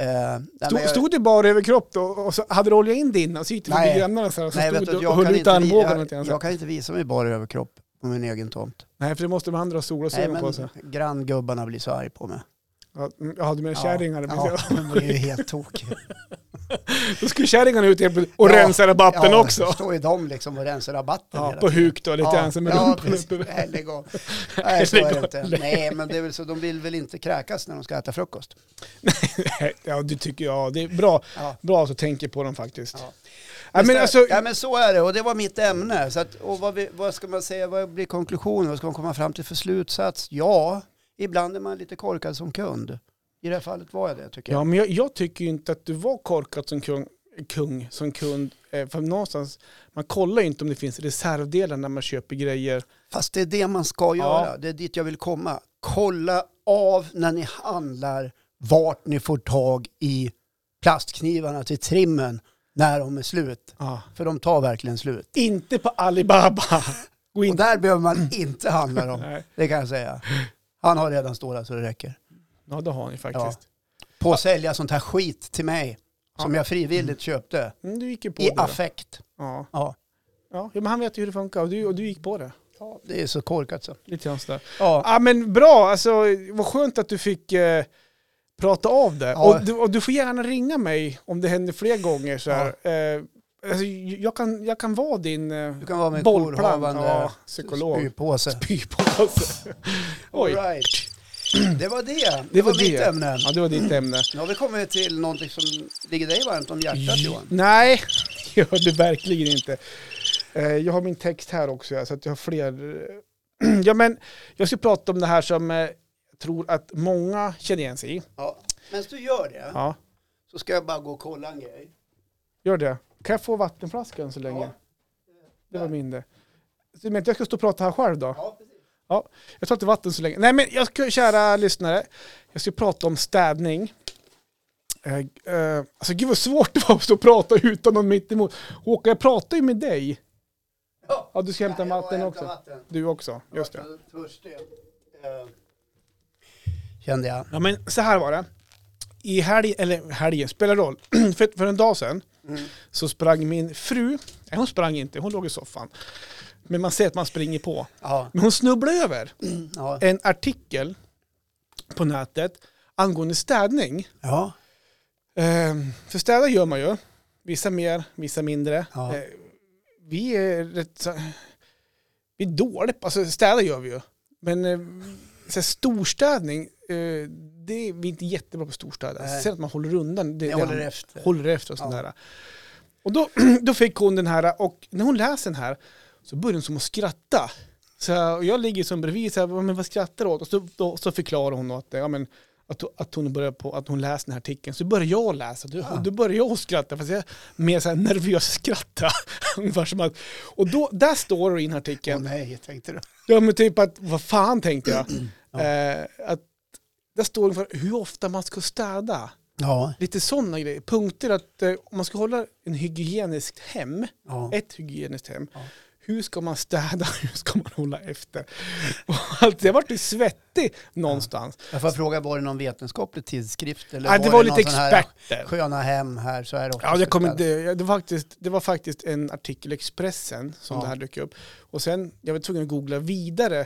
S2: Eh, nej, men
S1: Stod,
S2: jag-
S1: stod du bara över kropp då och så hade du olja in din och så gick du förbi
S2: Nej.
S1: grannarna så här, och så
S2: nej,
S1: stod
S2: vet du,
S1: du
S2: jag,
S1: och
S2: kan
S1: höll ut
S2: inte, vi-
S1: armbågarna lite grann
S2: jag,
S1: så här.
S2: jag kan inte visa mig bara överkropp på min egen tomt.
S1: alltså. Nej, för det måste man andra ha
S2: Nej,
S1: solglasögon på
S2: men
S1: sig.
S2: granngubbarna blir så arg på mig.
S1: Ja, mm, Ja, du menar
S2: Ja,
S1: kärringar? men-
S2: Ja, de blir ju helt
S1: [LAUGHS]
S2: tokiga.
S1: Då skulle kärringarna ut helt plötsligt och
S2: Ja,
S1: rensa rabatten
S2: ja,
S1: också.
S2: då står ju de liksom och rensar rabatten
S1: Ja,
S2: hela
S1: på
S2: tiden.
S1: huk då, lite grann som med
S2: ja,
S1: rumpan
S2: precis.
S1: uppe.
S2: Nej, lägg av. Nej, så är det
S1: Lägg
S2: inte.
S1: av.
S2: Nej, men det är väl så, de vill väl inte kräkas när de ska äta frukost.
S1: [LAUGHS] Ja, du tycker ja, det är bra.
S2: Ja.
S1: Bra att du tänker på dem faktiskt.
S2: Ja.
S1: Ja, men alltså,
S2: ja, men så är det, och det var mitt ämne. Så att, och vad, vi, vad ska man säga, vad blir konklusionen? Vad ska man komma fram till för slutsats? Ja, ibland är man lite korkad som kund. I det här fallet var jag det, tycker jag.
S1: ja, men jag, jag tycker ju inte att du var korkad som kung, kung som kund. Eh, För någonstans, man kollar ju inte om det finns reservdelar när man köper grejer.
S2: Fast det är det man ska
S1: Ja.
S2: göra. Det är dit jag vill komma. Kolla av när ni handlar vart ni får tag i plastknivarna till trimmen när de är slut. För de tar verkligen slut.
S1: Inte på Alibaba. Gå
S2: Och
S1: in.
S2: där behöver man inte handla dem.
S1: Nej,
S2: Det kan jag säga. Han har redan stålar så det räcker.
S1: ja, det har ni faktiskt.
S2: På att sälja sånt här skit till mig. Som jag frivilligt köpte.
S1: Mm, du gick ju på
S2: I
S1: det.
S2: affekt.
S1: Ja.
S2: Ja.
S1: Ja, men han vet ju hur det funkar och du, och du gick på det.
S2: Det är så korkat så.
S1: Lite grann sådär.
S2: Ja.
S1: Ja men bra, alltså, vad skönt att du fick eh, prata av det.
S2: Ja.
S1: Och, du, och du får gärna ringa mig om det händer fler gånger. Så här. Eh, alltså, jag, kan, jag kan vara din eh,
S2: Du kan vara min
S1: bollplank.
S2: jourhavande
S1: Ja, psykolog.
S2: spypåse.
S1: Spypåse. [LAUGHS] Oj,
S2: All right. Det var det. Det,
S1: det
S2: var,
S1: var
S2: mitt
S1: det.
S2: ämne.
S1: Ja, det var ditt ämne.
S2: Nu har vi kommit till någonting som ligger dig varmt om hjärtat Johan.
S1: Nej, [LAUGHS] det gör det verkligen inte. Eh, Jag har min text här också, ja, så att jag har fler. eh, [CLEARS THROAT] Ja, men jag ska prata om det här som eh, jag tror att många känner igen sig i.
S2: Ja. Medan du gör det
S1: Ja,
S2: så ska jag bara gå och kolla en grej.
S1: gör det. Kan jag få vattenflaskan så länge?
S2: Ja.
S1: Det var min det. Så Du menar att jag ska stå och prata här själv då?
S2: Ja, precis.
S1: Jag tar inte vatten så länge. Nej men jag ska, kära lyssnare, jag ska prata om städning. Eh, eh, alltså gud vad svårt det var att stå och prata utan någon mitt emot. Håkan, jag pratar ju med dig.
S2: Ja.
S1: Ja, du ska hämta
S2: Ja, jag
S1: vatten
S2: hämtar
S1: också.
S2: Vatten.
S1: Du också, just det.
S2: Jag var törstig. Eh, Kände jag.
S1: Ja men så här var det. I helgen, eller helgen, spelar roll. [CLEARS THROAT] för, för en dag sedan
S2: Mm.
S1: så sprang min fru, nej hon sprang inte, hon låg i soffan. Men man ser att man springer på.
S2: Ja.
S1: Men hon snubblade över
S2: Ja.
S1: en artikel på nätet angående städning.
S2: ja.
S1: Ehm, För städa gör man ju. Vissa mer, vissa mindre.
S2: Ja.
S1: Eh, Vi är rätt så... Vi är dåliga på... Alltså städa gör vi ju. Men eh, så här, storstädning, eh, det är vi är inte jättebra på storstäda.
S2: Nej.
S1: Sen att man håller undan. Det,
S2: Jag
S1: det
S2: håller
S1: hand-
S2: efter.
S1: Håller efter och sånt
S2: Ja.
S1: där. Och då, [CLEARS THROAT] då fick hon den här och när hon läser den här så börjar hon som att skratta. Så här, och jag ligger som bredvid så här, men vad skrattar du åt? Och så, då, så förklarar hon att, ja, men, att, att hon börjar på, att hon läser den här artikeln. Så börjar jag läsa, då,
S2: Ah.
S1: då börjar jag skratta. Fast jag är mer så här nervös skratta. [LAUGHS] Ungefär som att, och då, där står det i den här
S2: Åh
S1: artikeln,
S2: nej, tänkte du.
S1: ja men typ att, vad fan tänkte jag? Eh, att, där står det ungefär hur ofta man ska städa.
S2: Ja,
S1: Lite sådana grejer. Punkter att eh, om man ska hålla en hygieniskt hem,
S2: ja.
S1: ett hygieniskt hem,
S2: Ja.
S1: hur ska man städa, [LAUGHS] hur ska man hålla efter? [LAUGHS] Och allt, jag vart ju svettig någonstans.
S2: Jag får fråga, var det någon vetenskaplig tidskrift? Eller
S1: Nej, det var
S2: det
S1: lite
S2: någon sån här
S1: experter.
S2: Sköna hem här så är det också
S1: Ja, det, kom,
S2: slutat?
S1: det, det, var faktiskt, det var faktiskt en artikel i Expressen som
S2: Ja.
S1: det här dök upp. Och sen, jag var tvungen att googla vidare.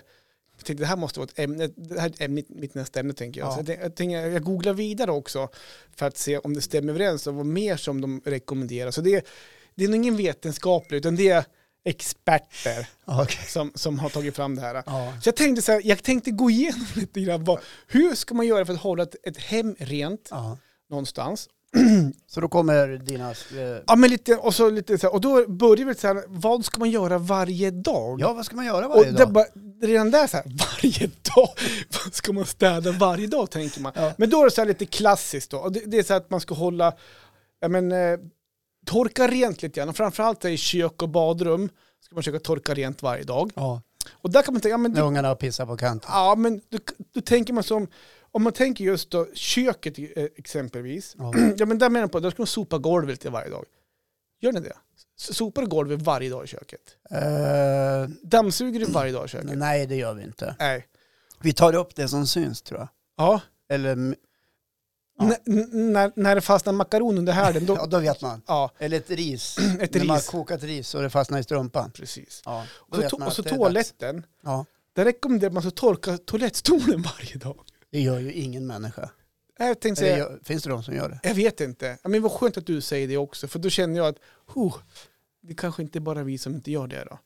S1: Jag tänkte det här måste vara ett ämne, det här är mitt, mitt nästa ämne tänker jag.
S2: Ja.
S1: Så jag, tänkte- jag, tänkte, jag googlar vidare också för att se om det stämmer överens och vad mer som de rekommenderar. Så det, är- det är nog ingen vetenskaplig utan det är experter
S2: Ja, okej.
S1: som, som har tagit fram det här.
S2: Ja.
S1: Så jag tänkte, så här, jag tänkte gå igenom [LAUGHS] lite grann vad, hur ska man göra för att hålla ett, ett hem rent
S2: ja.
S1: någonstans.
S2: Så då kommer dina... eh,
S1: Ja, men lite, och, så lite så här, och då börjar vi så här, vad ska man göra varje dag?
S2: Ja, vad ska man göra
S1: och
S2: varje
S1: det
S2: dag?
S1: bara, redan där så här, [LAUGHS] varje dag, vad ska man städa varje dag tänker man.
S2: Ja.
S1: Men då är det så här lite klassiskt då, och det, det är så här att man ska hålla, ja men, eh, torka rent lite grann, och framförallt så här i kök och badrum ska man försöka torka rent varje dag.
S2: Ja,
S1: Och där kan man tänka, ja men det
S2: när ungarna har pissat på kanten.
S1: Ja, men då, då tänker man som, om man tänker just då köket eh, exempelvis.
S2: Ja.
S1: [CLEARS THROAT] Ja, men där menar jag på, där ska man sopa golvet lite varje dag. Gör ni det? S- Sopar du golvet varje dag i köket?
S2: Eh,
S1: Dammsuger du varje dag i köket?
S2: nej, det gör vi inte.
S1: Nej.
S2: Vi tar upp det som syns, tror jag.
S1: Ja.
S2: Eller, mm, Ja.
S1: N- n- När, när det fastnar makaron under härden,
S2: ja,
S1: då...
S2: då vet man.
S1: Ja,
S2: Eller ett ris.
S1: [CLEARS THROAT] ett
S2: När man har
S1: ris.
S2: kokat ris och det fastnar i strumpan.
S1: Precis.
S2: Ja,
S1: Och så, to- och så
S2: det är dags.
S1: toaletten.
S2: Ja,
S1: Där rekommenderar man att torka toalettstolen [LAUGHS] varje dag. Äh,
S2: det gör ju ingen människa.
S1: Jag tänkte
S2: Eller,
S1: säga,
S2: gör, finns det de som gör det?
S1: Jag vet inte. Ja, Men vad skönt att du säger det också, för då känner jag att huh, det kanske inte är bara vi som inte gör det då.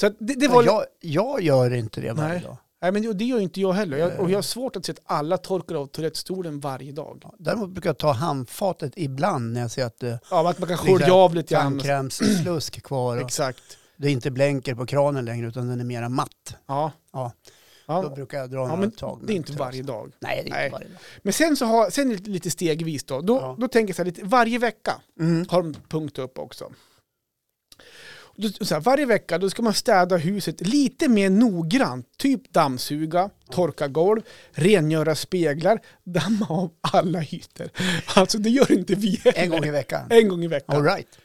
S1: Så att det, det var...
S2: jag, jag gör inte det varje
S1: Nej.
S2: dag.
S1: Nej, men det- och det gör inte jag heller. Jag, och jag har svårt att se att alla torkar av toalettstolen varje dag.
S2: Ja, Däremot brukar jag ta handfatet ibland när jag ser att det
S1: Ja, men att man kan
S2: Ligger
S1: skölja av lite grann.
S2: tandkrämsslusk kvar. Och
S1: Exakt.
S2: det är inte blänker på kranen längre utan den är mera matt.
S1: Ja.
S2: Ja. Då
S1: ja.
S2: brukar jag dra
S1: Ja,
S2: några
S1: men
S2: tag. med
S1: Det är inte
S2: tröst.
S1: varje dag.
S2: Nej, det är
S1: Nej.
S2: inte varje dag.
S1: Men sen så har, sen är det lite stegvis då. Då,
S2: Ja.
S1: då tänker jag så här, lite, varje vecka
S2: Mm.
S1: har de punkt upp också. Och Då, så här, varje vecka då ska man städa huset lite mer noggrant. Typ dammsuga, torka golv, rengöra speglar, damma av alla ytor. Alltså det gör inte vi [LAUGHS] heller.
S2: En gång i veckan.
S1: En gång i veckan.
S2: All right.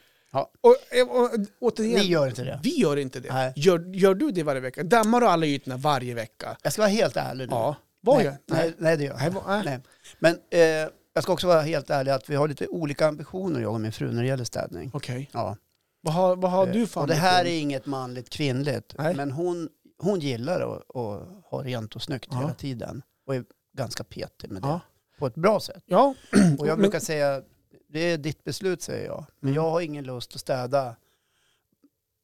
S1: Och, eh, och, och återigen,
S2: Ni gör inte det.
S1: vi gör inte det.
S2: Nej.
S1: Gör, gör du det varje vecka? Dammar du alla ytorna varje vecka?
S2: Jag ska vara helt ärlig nu.
S1: Ja. Var
S2: Mm. nej,
S1: jag?
S2: Nej, nej, det gör jag
S1: Nej,
S2: inte.
S1: var, nej.
S2: Nej. Men eh, jag ska också vara helt ärlig att vi har lite olika ambitioner jag och min fru när det gäller städning.
S1: Okej.
S2: Ja.
S1: Vad har, vad har du för
S2: Eh, och det här
S1: ambition?
S2: är inget manligt kvinnligt.
S1: Nej.
S2: Men hon, hon gillar att, att ha rent och snyggt
S1: Ja.
S2: hela tiden. Och är ganska petig med det.
S1: Ja.
S2: På ett bra
S1: [CLEARS THROAT]
S2: sätt.
S1: Ja.
S2: Och jag
S1: Men-
S2: brukar säga, det är ditt beslut säger jag. Men
S1: Mm.
S2: jag har ingen lust att städa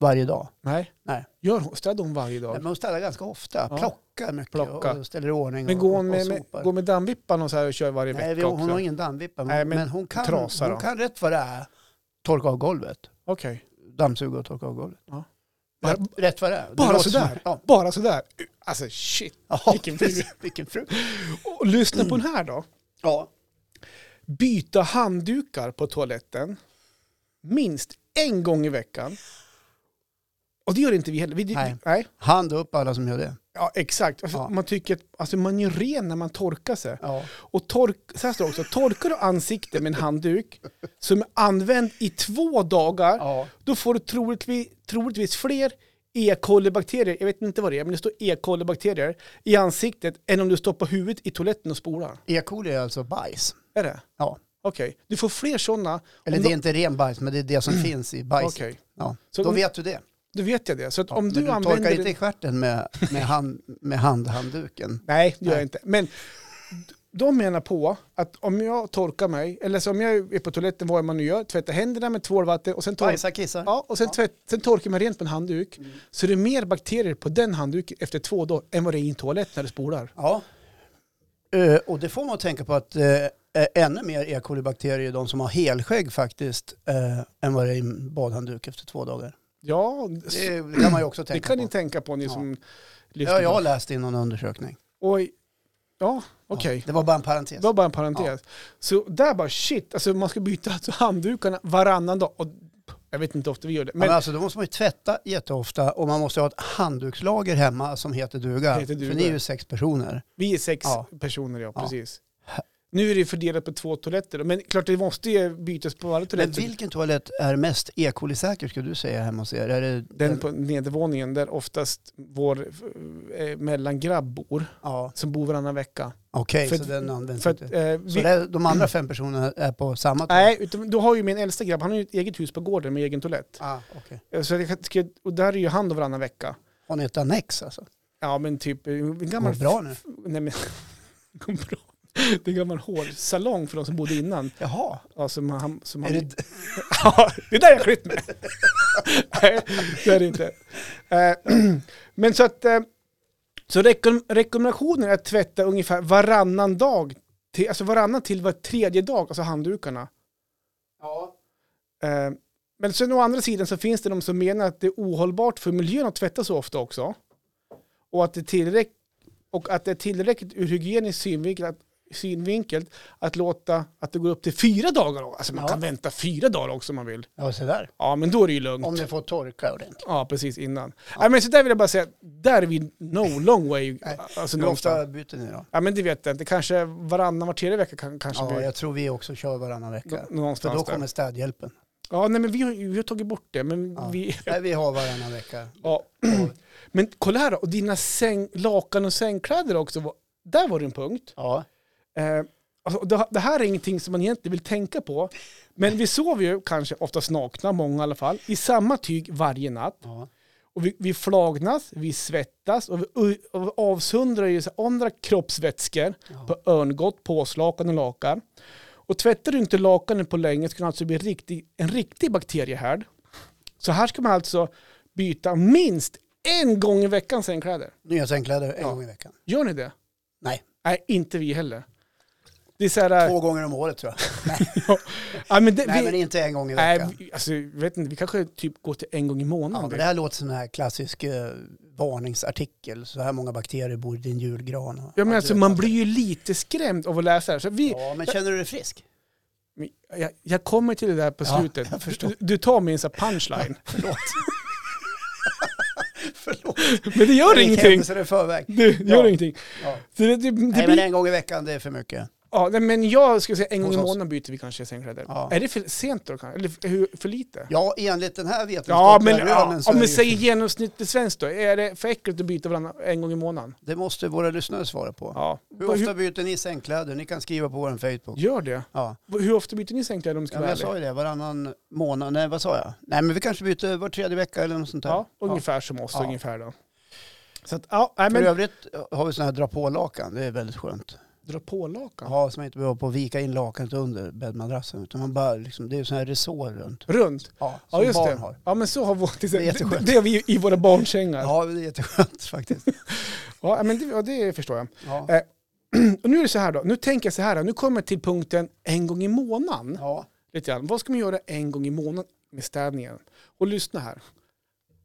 S2: varje dag.
S1: Nej.
S2: Nej.
S1: Gör hon, städar hon varje dag?
S2: Men hon städar ganska ofta.
S1: Ja.
S2: Plockar mycket
S1: Plocka.
S2: och ställer i ordning
S1: Men
S2: och,
S1: går hon
S2: och
S1: med, med,
S2: sopar.
S1: går med dammvippan och så här och kör varje
S2: Nej, vi,
S1: vecka
S2: hon
S1: också?
S2: har ingen dammvippa. Men,
S1: Nej, men
S2: men, hon, kan,
S1: trasa
S2: hon
S1: då.
S2: kan rätt vad det är torka av golvet.
S1: Okej.
S2: Dammsuga och torka av golvet.
S1: Ja.
S2: Rätt, rätt vad det är. Det
S1: Bara
S2: låter som-
S1: sådär?
S2: Ja.
S1: Bara sådär? Alltså shit.
S2: Ja,
S1: [LAUGHS] Vilken fru.
S2: Vilken fru.
S1: Och lyssna på den här då.
S2: Ja.
S1: Byta handdukar på toaletten minst en gång i veckan. Och det gör inte vi heller. Vi,
S2: Nej.
S1: nej.
S2: Hand upp alla som gör det.
S1: Ja, exakt. Alltså,
S2: Ja.
S1: Man tycker att alltså, man är ren när man torkar sig.
S2: Ja.
S1: Och tork, så här står det också, torkar du ansiktet med en handduk som är använd i två dagar
S2: Ja.
S1: då får du troligtvis, troligtvis fler E. coli-bakterier, jag vet inte vad det är, men det står E. coli-bakterier i ansiktet än om du stoppar huvudet i toaletten och spolar.
S2: E. coli är alltså bajs.
S1: Är det?
S2: Ja.
S1: Okej, du får fler sådana.
S2: Eller
S1: Om
S2: det
S1: du-
S2: är inte ren bajs, men det är det
S1: [CLEARS THROAT]
S2: som finns i bajset.
S1: Okej,
S2: Ja.
S1: Så
S2: Då
S1: om-
S2: vet du det.
S1: då vet jag det. Så att
S2: Ja,
S1: om
S2: men
S1: du,
S2: du torkar
S1: använder...
S2: inte i stjärten med, med, hand, med
S1: [LAUGHS]
S2: handhandduken.
S1: Nej, det gör
S2: Nej.
S1: jag inte. Men de menar på att om jag torkar mig, eller så om jag är på toaletten, vad man nu gör, tvättar händerna med tvålvatten och sen, tor
S2: Bajsar, Mm. kissar.
S1: ja, och sen, tvätt, sen torkar man rent med en handduk, så det är mer bakterier på den handduken efter två dagar än vad det är i en toalett när du spolar.
S2: Ja. Eh, och det får man att tänka på att eh, eh, ännu mer E. coli-bakterier är de som har helskägg faktiskt, eh, än vad det är i en badhandduk efter två dagar.
S1: Ja, så-
S2: Det kan man ju också
S1: [CLEARS THROAT] det
S2: tänka
S1: kan
S2: på.
S1: ni tänka på ni
S2: Ja.
S1: som
S2: ja,
S1: lyssnar.
S2: jag har läst i någon undersökning.
S1: Oj. Ja, okej.
S2: Ja, det var bara en parentes.
S1: Det var bara en parentes. Så där bara shit, alltså man ska byta [LAUGHS] alltså handdukarna varannan dag. Och jag vet inte hur ofta vi gör det,
S2: Men, ja,
S1: men
S2: men alltså, då måste man ju tvätta jätteofta och man måste ha ett handdukslager hemma som heter duga.
S1: Heter duga.
S2: För ni är ju sex personer.
S1: vi är sex
S2: Ja.
S1: personer, ja,
S2: Ja.
S1: precis. Nu är det fördelat på två toaletter, men klart det måste ju bytas på varje
S2: Men
S1: toalett.
S2: vilken toalett är mest E. coli-säker skulle du säga hemma hos er? Är det
S1: Den på nedervåningen där oftast vår eh, mellangrabb bor,
S2: Ja,
S1: som bor varannan vecka.
S2: okej,
S1: För-
S2: så den används
S1: För att,
S2: inte.
S1: eh,
S2: Så
S1: vi,
S2: där, de andra fem personerna är på samma toalett?
S1: nej, utan, då har ju min äldsta grabb, han har ju ett eget hus på gården med egen toalett.
S2: Ah, okej.
S1: Eh, Så jag, ska- och där är ju han då varannan vecka.
S2: Har ni ett annex alltså?
S1: Ja men typ eh, en
S2: Går
S1: gammal...
S2: det bra nu?
S1: Nej, men, [LAUGHS] går bra. Det är en gammal hårsalong för de som bodde innan.
S2: Jaha,
S1: Ja, som han, som han,
S2: är det,
S1: [LAUGHS] Ja, det är där jag skrytt med. Nej, det är det inte. Eh, [CLEARS THROAT] Men så att, eh, så rekom- rekommendationen är att tvätta ungefär varannan dag, till, alltså varannan till var tredje dag, alltså handdukarna.
S2: ja.
S1: Eh, Men sen å andra sidan så finns det de som menar att det är ohållbart för miljön att tvätta så ofta också. Och att det är, tillräck- och att det är tillräckligt ur hygienisk synvinkel att, synvinkel att låta att det går upp till fyra dagar. Alltså man
S2: Ja.
S1: kan vänta fyra dagar också om man vill.
S2: ja, så där.
S1: Ja, men då är det ju lugnt.
S2: Om ni får torka ordentligt.
S1: Ja, precis innan. Nej, men så där vill jag bara säga, där är vi no long way.
S2: Nej,
S1: alltså,
S2: Hur
S1: någonstans.
S2: ofta byter ni då?
S1: Ja, men det vet jag inte. Kanske varannan, var tredje vecka kan, kanske
S2: Ja,
S1: blir
S2: jag tror vi också kör varannan vecka.
S1: nå- någonstans
S2: För då
S1: där.
S2: kommer städhjälpen.
S1: [LAUGHS] Ja, nej, men vi har, ju- vi har tagit bort det. Men,
S2: Ja.
S1: vi,
S2: Nej, vi har varannan vecka.
S1: ja. [CLEARS THROAT] men kolla här då, och dina säng, lakan och sängkläder också. var- Där var det en punkt.
S2: Ja,
S1: Eh, alltså, det, det här är ingenting som man egentligen vill tänka på. Men vi sov ju kanske oftast nakna, många i alla fall, i samma tyg varje natt.
S2: ja.
S1: Och vi, vi flagnas, vi svettas och vi, u- och vi avsöndrar ju så andra kroppsvätskor
S2: Ja.
S1: på örngott, påslakan och lakan. Och tvättar du inte lakanen på länge så kan det alltså bli riktig, en riktig bakteriehärd. Så här ska man alltså byta minst en gång i veckan sängkläder.
S2: Nya sängkläder en
S1: Ja.
S2: gång i veckan.
S1: Gör ni det?
S2: Nej,
S1: Nej, inte vi heller. Det är så här...
S2: två gånger om året tror jag.
S1: Ja, men det,
S2: Nej,
S1: vi,
S2: men inte en gång i
S1: nej,
S2: veckan.
S1: vi, alltså, jag vet inte, vi kanske typ går till en gång i månaden.
S2: Ja, men det här låter som en här klassisk eh, varningsartikel. Så här många bakterier bor i din julgran. och-
S1: ja, men
S2: Ja,
S1: alltså,
S2: du vet
S1: man
S2: allt.
S1: blir ju lite skrämd av att läsa det här. Så vi,
S2: Ja, men känner du dig frisk?
S1: Men Jag, jag kommer till det där på
S2: Ja,
S1: slutet.
S2: [LAUGHS] jag förstår.
S1: du, du tar min så
S2: [LAUGHS]
S1: här punchline. [LAUGHS]
S2: Förlåt. Förlåt.
S1: Men det gör ingenting.
S2: Händelser i förväg.
S1: Det gör
S2: Ja.
S1: ingenting.
S2: Ja.
S1: Så det, det, det
S2: Nej, men
S1: blir,
S2: en gång i veckan, det är för mycket.
S1: ja, nej, men jag skulle säga en gång i
S2: Hos oss.
S1: månaden byter vi kanske sängkläder.
S2: Ja.
S1: Är det för sent då? kanske? Eller för, hur, för lite?
S2: Ja, enligt den här
S1: Ja,
S2: vetenskapliga
S1: men
S2: rönen
S1: ja,
S2: så är
S1: om
S2: det
S1: vi
S2: ju-
S1: säger genomsnittligt svenskt då. Är det för äckligt att byta varandra en gång i månaden?
S2: Det måste våra lyssnare svara på.
S1: Ja.
S2: Hur ofta byter ni sängkläder? Ni kan skriva på vår Facebook.
S1: gör det?
S2: Ja.
S1: Hur ofta byter ni sängkläder om du ska
S2: Ja, men
S1: vara
S2: jag
S1: ärlig?
S2: sa ju det, varannan månad. Nej, vad sa jag? Nej, men vi kanske byter var tredje vecka eller något sånt där.
S1: Ja, ungefär som oss
S2: Ja.
S1: ungefär då. Så att, ja, nej,
S2: För
S1: men
S2: övrigt har vi sådana här dra på-lakan. Det är väldigt skönt.
S1: dra på lakan.
S2: Ja, som inte behöver på att vika in lakanet under bäddmadrassen. Utan man bara, liksom, det är ju sådana här resår runt.
S1: Runt.
S2: Ja, som
S1: Ja, just
S2: barn
S1: det.
S2: har.
S1: Ja, men så har vår,
S2: är jätteskönt.
S1: [LAUGHS] det har vi i våra barnsängar.
S2: Ja, det är jätteskönt [LAUGHS] faktiskt.
S1: Ja, men det, ja, det förstår jag.
S2: Ja.
S1: Eh, [CLEARS THROAT] Och nu är det så här då, nu tänker jag så här, då. nu kommer jag till punkten en gång i månaden.
S2: ja.
S1: Lite grann. Vad ska man göra en gång i månaden med städningen? Och lyssna här.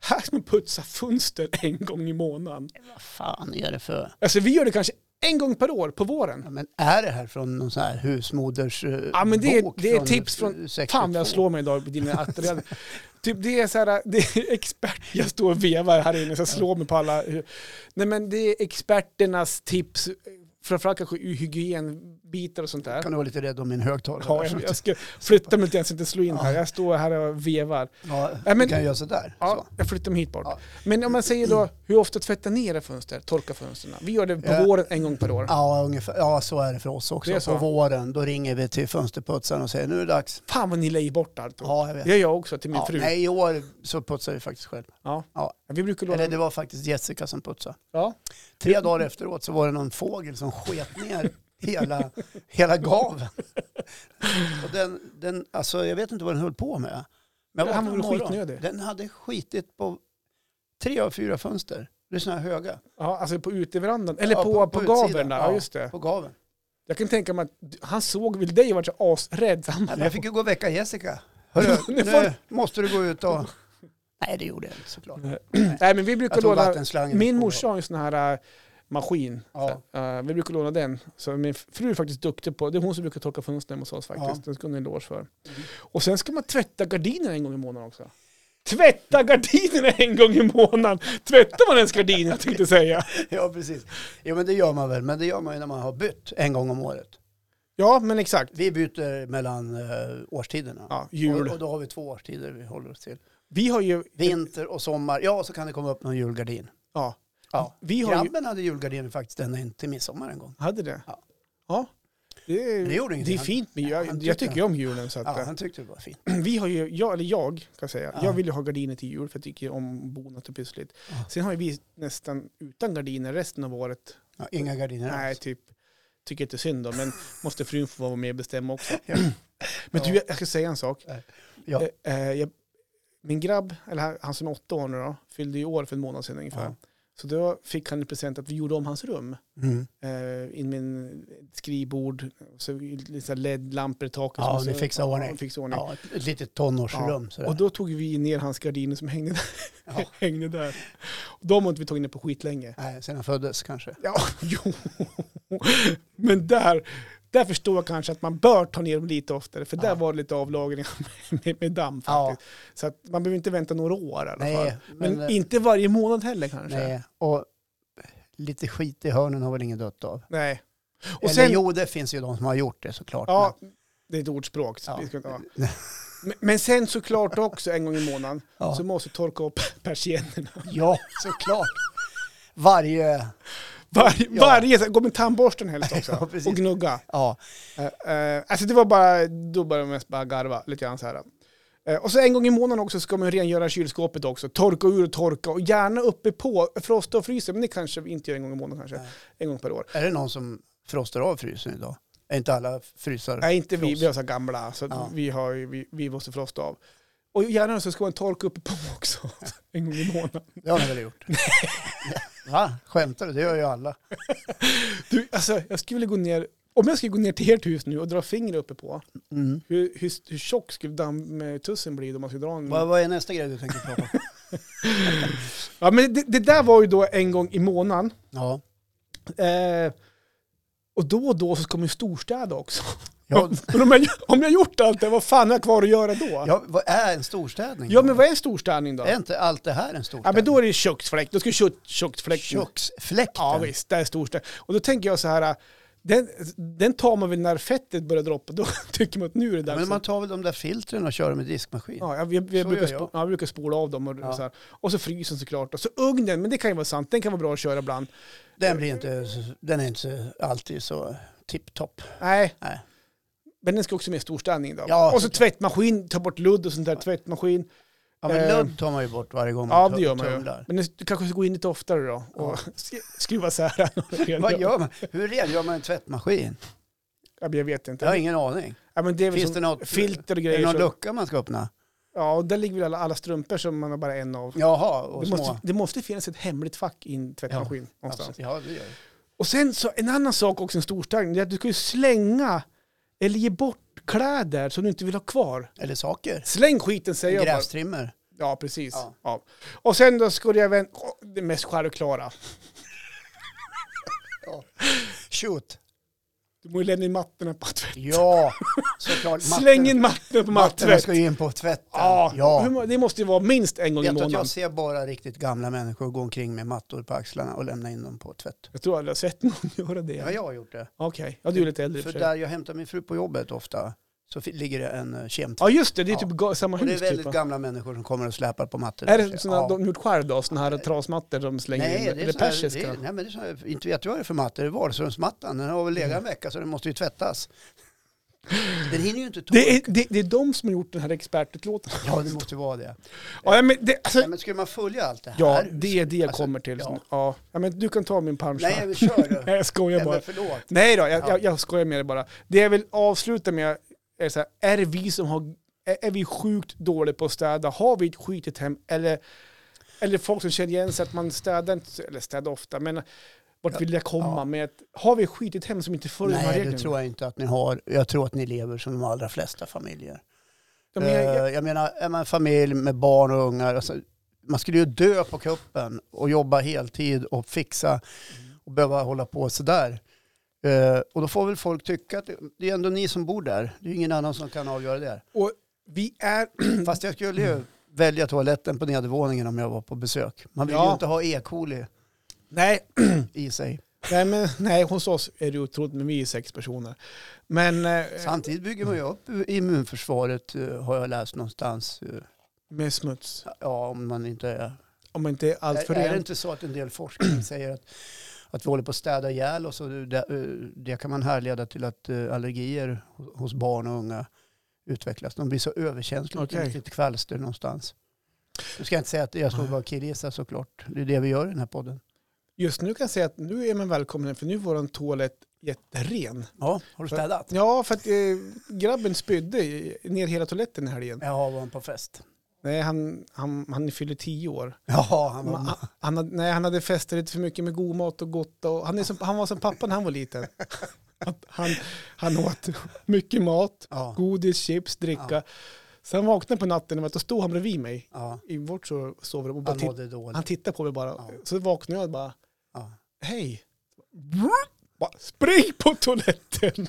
S1: Här ska man putsa fönster en gång i månaden.
S2: Vad fan är det för...
S1: Alltså vi gör det kanske en gång per år på våren.
S2: Ja, men är det här från någon sån här husmoders eh,
S1: Ja, men det är-
S2: bok
S1: det är tips från-
S2: eh, 62?
S1: Fan vad jag slår mig idag på dina attiraljer. typ det är så här, det är expert, jag står och vevar här inne så jag slår mig på alla. Nej men det är experternas tips, framförallt kanske ur hygienbitar och sånt där.
S2: Kan du vara lite rädd om min högtalare? Alltså,
S1: Ja, jag, jag ska flytta mig lite grann så jag inte slår in här. Jag står här och vevar.
S2: ja,
S1: Ja, men-
S2: du kan ju göra sådär.
S1: Ja,
S2: Så.
S1: jag flyttar mig hit bort.
S2: Ja.
S1: Men om man säger då, hur ofta tvättar ni era fönster? Torka fönstren? Vi gör det på
S2: Ja.
S1: våren en gång per år.
S2: Ja, ungefär. ja, så är det för oss
S1: Det är
S2: också.
S1: så.
S2: På våren, då ringer vi till fönsterputsaren och säger nu är det dags.
S1: Fan vad ni lägger bort allt. då.
S2: Ja, jag vet.
S1: Det gör jag också till min
S2: Ja,
S1: fru.
S2: nej, i år så putsar vi faktiskt själv.
S1: Ja.
S2: Ja.
S1: Vi brukar låna...
S2: Eller det var faktiskt Jessica som putsade.
S1: Ja.
S2: Tre dagar efteråt så var det någon fågel som sket ner hela, hela gaven. Och den, den, alltså, jag vet inte vad den höll på med. Men jag
S1: Han var
S2: vaknade
S1: väl
S2: imorgon.
S1: skitnödig.
S2: Den hade skitit på tre av fyra fönster. Det är sådana här höga.
S1: ja, alltså på uteverandan. Eller
S2: Ja,
S1: på,
S2: på-
S1: på,
S2: på utsidan.
S1: gaveln där. Ja.
S2: Ja.
S1: just det.
S2: På gaven.
S1: Jag kan tänka mig att han såg väl dig och vart så asrädd. Så han
S2: Nej,
S1: bara,
S2: men jag fick ju gå och väcka Jessica. Hörru,
S1: [LAUGHS] Nu får-
S2: nu måste du gå ut och... Nej, det gjorde jag inte såklart.
S1: Nej, men vi brukar
S2: Jag tog
S1: låna...
S2: vattenslangen.
S1: Min morsa har en sån här äh, maskin.
S2: Ja.
S1: Så, äh, vi brukar låna den. Så min fru är faktiskt duktig på, det är hon som brukar torka fönstren hos oss faktiskt.
S2: Ja.
S1: Den ska hon ha en eloge för. Och sen ska man tvätta gardinerna en gång i månaden också. Tvätta gardinerna en gång i månaden! Tvättar man ens gardiner tänkte jag säga.
S2: [LAUGHS] Ja, precis. Jo, men det gör man väl. Men det gör man ju när man har bytt en gång om året.
S1: Ja, men exakt.
S2: Vi byter mellan eh, årstiderna.
S1: Ja,
S2: och,
S1: jul.
S2: och då har vi två årstider vi håller oss till.
S1: Vi har ju...
S2: Vinter och sommar. Ja, och så kan det komma upp någon julgardin.
S1: Ja,
S2: Ja.
S1: vi har ju...
S2: Grabben hade julgardin faktiskt ända in till midsommar en gång.
S1: Hade det?
S2: Ja.
S1: Ja. Det, är-
S2: Men det gjorde
S1: det
S2: ingenting.
S1: är fint, men jag,
S2: Ja, han
S1: jag
S2: tycker-
S1: tycker ju om julen. Så att,
S2: Ja,
S1: eh,
S2: han tyckte det var fint.
S1: [CLEARS THROAT] vi har ju, jag, eller jag kan jag säga,
S2: Ja.
S1: jag vill ju ha gardiner till jul för jag tycker om bonat och pyssligt.
S2: Ja.
S1: Sen har ju vi nästan utan gardiner resten av året.
S2: Ja, inga gardiner
S1: Nej,
S2: alls.
S1: typ, tycker inte
S2: [LAUGHS]
S1: synd om, men måste frun få vara med och bestämma också.
S2: Ja.
S1: [CLEARS THROAT] Men
S2: Ja.
S1: du, jag ska säga en sak.
S2: Ja.
S1: Eh, eh, jag, min grabb, eller han- han som är åtta år nu då, fyllde ju år för en månad sedan ungefär.
S2: Ja.
S1: Så då fick han i present att vi gjorde om hans rum.
S2: Mm.
S1: eh, in min skrivbord, så lite så här LED-lampor i taket.
S2: Ja,
S1: som
S2: ni
S1: så-
S2: fixade ordning.
S1: Ja, fixade ordning.
S2: Ja, ett, ett litet tonårsrum. sådär.
S1: Och då tog vi ner hans gardiner som hängde där.
S2: Ja.
S1: [LAUGHS] hängde där. Och de har inte vi tagit ner på skitlänge.
S2: Nej, sen han föddes kanske.
S1: Ja, [LAUGHS] jo. Men där, där förstår jag kanske att man bör ta ner dem lite oftare. För
S2: Ja.
S1: där var det lite avlagring [LAUGHS] med, med damm
S2: Ja,
S1: faktiskt. Så att man behöver inte vänta några år i alla fall.
S2: nej,
S1: Men,
S2: men, eh,
S1: inte varje månad heller kanske. Nej.
S2: nej. Och lite skit i hörnen har väl ingen dött av.
S1: Och
S2: Eller
S1: sen,
S2: jo, det finns ju de som har gjort det såklart.
S1: ja, det är ett ordspråk. så
S2: Ja.
S1: vi ska inte- Ja. Men- Men sen såklart också en gång i månaden
S2: men, ja.
S1: så måste jag torka upp [LAUGHS] persiennerna.
S2: [LAUGHS] ja såklart. Varje...
S1: Varje,
S2: Ja.
S1: varje så här, gå med tandborsten helst också
S2: Ja, precis.
S1: och gnugga.
S2: Ja,
S1: Eh, eh, alltså det var bara, då började jag mest bara garva lite grann så här. Eh, och så en gång i månaden också ska man rengöra kylskåpet också. Torka ur och torka och gärna uppe på, frosta och frysa. Men det kanske vi inte gör en gång i månaden kanske.
S2: Nej.
S1: En gång per år.
S2: är det någon som frostar av frysen idag? Är inte alla frysar?
S1: Nej, inte vi.
S2: Frost.
S1: Vi är så här gamla så att
S2: Ja.
S1: vi, har, ju- vi, vi måste frosta av. Och gärna så ska man torka uppe på också. [LAUGHS] en gång i månaden.
S2: Det har ni väl
S1: [LAUGHS]
S2: gjort? Va? Skämtar du? Det gör ju alla.
S1: Mm. Du, alltså jag skulle vilja gå ner, om jag skulle gå ner till ert hus nu och dra fingret uppe på.
S2: Mm.
S1: Hur, hur, hur tjock skulle dammtussen bli då man skulle dra en...
S2: Vad, vad är nästa grej du tänker
S1: [LAUGHS]
S2: prata om?
S1: Ja, men det, det där var ju då en gång i månaden.
S2: Ja.
S1: Eh, och då och då så ska man ju storstäda också. [LAUGHS]
S2: Ja,
S1: Men om, jag, om jag gjort allt det, vad fan har jag kvar att göra då? Ja,
S2: ja, vad är en storstädning?
S1: men vad är en storstädning då?
S2: Är inte allt det här en storstädning?
S1: Ja, men då är det köksfläkt. Då ska ju kö- köksfläkten...
S2: Köksfläkten?
S1: Ja visst, det är storstädning. Och då tänker jag så här, äh, den, den tar man väl när fettet börjar droppa. Då [LAUGHS] tycker man att nu är det
S2: Ja,
S1: dags.
S2: men
S1: att-
S2: man tar väl de där filtren och kör med diskmaskin?
S1: Ja, jag, jag, jag,
S2: Så
S1: brukar
S2: gör jag.
S1: spo- ja, jag brukar spola av dem och,
S2: Ja.
S1: så här. och så frysen såklart. Och så ugnen, men det kan ju vara sant, den kan vara bra att köra ibland.
S2: Den, blir inte, den är inte alltid så tipptopp.
S1: Nej,
S2: Nej.
S1: men den ska också med i storstädning då.
S2: Ja,
S1: och så
S2: såklart.
S1: tvättmaskin, ta bort ludd och sånt där, tvättmaskin.
S2: Ja, men
S1: Eh,
S2: ludd tar man ju bort varje gång man
S1: Ja,
S2: tu-
S1: det gör man ju. [LAUGHS]
S2: tumlar.
S1: Men du kanske ska gå in lite oftare då och [LAUGHS]
S2: Ja.
S1: sk- skruva [LAUGHS] isär den.
S2: Vad gör man? Hur rengör man en tvättmaskin?
S1: Ja, men jag vet
S2: Jag har
S1: inte.
S2: ingen aning.
S1: Ja, men det är väl
S2: Finns
S1: som
S2: det något?
S1: filter och
S2: Är det
S1: grejer.
S2: någon
S1: Så,
S2: lucka man ska öppna?
S1: ja, och där ligger väl alla, alla strumpor som man har bara en av.
S2: Jaha, och
S1: Det
S2: små.
S1: måste, det måste finnas ett hemligt fack i en tvättmaskin någonstans.
S2: Absolut. Ja, det gör det.
S1: Och sen så en annan sak också, en storstädning, det är att du ska ju slänga eller ge bort kläder som du inte vill ha kvar.
S2: Eller saker.
S1: Släng skiten säger jag bara.
S2: Grästrimmer.
S1: Ja, precis. Ja.
S2: Ja.
S1: Och sen då skulle jag även, åh, det mest självklara,
S2: Shoot.
S1: du måste ju lämna in mattorna på tvätt. [LAUGHS]
S2: Ja, såklart.
S1: Släng in mattorna på
S2: Mattorna
S1: mattvätt.
S2: ska ju in på tvätten.
S1: Ja,
S2: ja.
S1: Hur må- det måste ju vara minst en gång i
S2: Vet du att
S1: månaden.
S2: jag ser bara riktigt gamla människor gå omkring med mattor på axlarna och lämna in dem på tvätt.
S1: Jag tror aldrig jag har sett någon [LAUGHS] göra det.
S2: Ja, jag har gjort det.
S1: Okej, ja du är lite äldre i och
S2: För
S1: för sig.
S2: där jag hämtar min fru på jobbet ofta så fi- ligger det en eh, kemtvätt.
S1: Ja just det, det är
S2: Ja.
S1: typ ga- samma
S2: Och det
S1: hus
S2: är väldigt
S1: typ. va?
S2: gamla människor som kommer och släpar på mattor.
S1: Är
S2: där, så-
S1: det sådana de gjort själv då? Sådana här trasmattor som slänger in?
S2: Nej, det är,
S1: Eller
S2: såna här, det
S1: persiska?
S2: är, nej, men det är såna här, inte vet jag vad det är för matta. Det är Wahlströmsmattan. Den har väl legat en vecka så den måste ju tvättas. Den hinner ju inte torka.
S1: Det är, det, det är de som har gjort den här expertutlåtandet.
S2: Ja, det måste vara det.
S1: Ja, men det, alltså,
S2: Nej, men skulle man följa allt det här?
S1: ja, det är det jag
S2: Alltså,
S1: kommer till.
S2: ja.
S1: Ja. Ja, men du kan ta min punch
S2: Nej,
S1: här.
S2: jag vill köra. Nej,
S1: [LAUGHS] Nej, jag skojar bara.
S2: men förlåt.
S1: Nej då, jag,
S2: Ja.
S1: jag, jag skojar med dig bara. Det jag vill avsluta med är så här, är det vi som har, är, är vi sjukt dåliga på att städa? Har vi ett skitigt hem? Eller, eller folk som känner igen sig att man städar inte, så- eller städar ofta, men vart vill jag komma
S2: Ja.
S1: med att, har vi ett skitigt hem som inte följer de här
S2: Nej,
S1: reglerna?
S2: det tror jag inte att ni har. Jag tror att ni lever som de allra flesta familjer.
S1: Ja,
S2: Eh,
S1: men jag, jag,
S2: jag, menar, är man en familj med barn och ungar, alltså, man skulle ju dö på kuppen och jobba heltid och fixa och behöva hålla på sådär. Eh, och då får väl folk tycka att det- det är ändå ni som bor där. Det är ju ingen annan som kan avgöra det.
S1: och vi är, [CLEARS THROAT]
S2: Fast jag skulle ju välja toaletten på nedervåningen om jag var på besök. Man vill
S1: Ja.
S2: ju inte ha E. coli
S1: nej,
S2: i sig.
S1: Nej, men, nej, hos oss är det otroligt, men vi är sex personer. Men eh,
S2: Samtidigt bygger man ju upp immunförsvaret eh, har jag läst någonstans. eh,
S1: med smuts,
S2: Ja, om man inte är...
S1: om man inte är allt för
S2: är, är det
S1: rent.
S2: inte så att en del forskning [CLEARS THROAT] säger att, att vi håller på att städa ihjäl oss och det, eh, det kan man härleda till att eh, allergier hos- hos barn och unga utvecklas. De blir så överkänsliga
S1: Okej.
S2: okay. till ett kvalster någonstans. Du ska inte säga att jag står bara och killgissar såklart. Det är det vi gör i den här podden.
S1: Just nu kan jag säga att nu är man välkommen, för nu är vår toalett jätteren.
S2: Ja, har du städat?
S1: Ja, för att eh, grabben spydde i- ner hela toaletten i helgen.
S2: Ja, var han på fest?
S1: Nej, han, han, han fyller tio år.
S2: Ja, han var...
S1: Han, han, hade- nej, han hade festat lite för mycket med god mat och gott. Och, han, är som, han var som pappa när han
S2: [LAUGHS]
S1: var liten. Att Han, han åt mycket mat,
S2: Ja,
S1: godis, chips, dricka. Sen vaknade jag på natten och då stod han bredvid mig
S2: ja.
S1: i vårt so- sovrum och bara
S2: Han
S1: titt,
S2: mådde dåligt.
S1: han tittade på mig bara.
S2: Ja.
S1: Så vaknade jag och bara,
S2: Ja.
S1: hej. Bara, Spring på toaletten!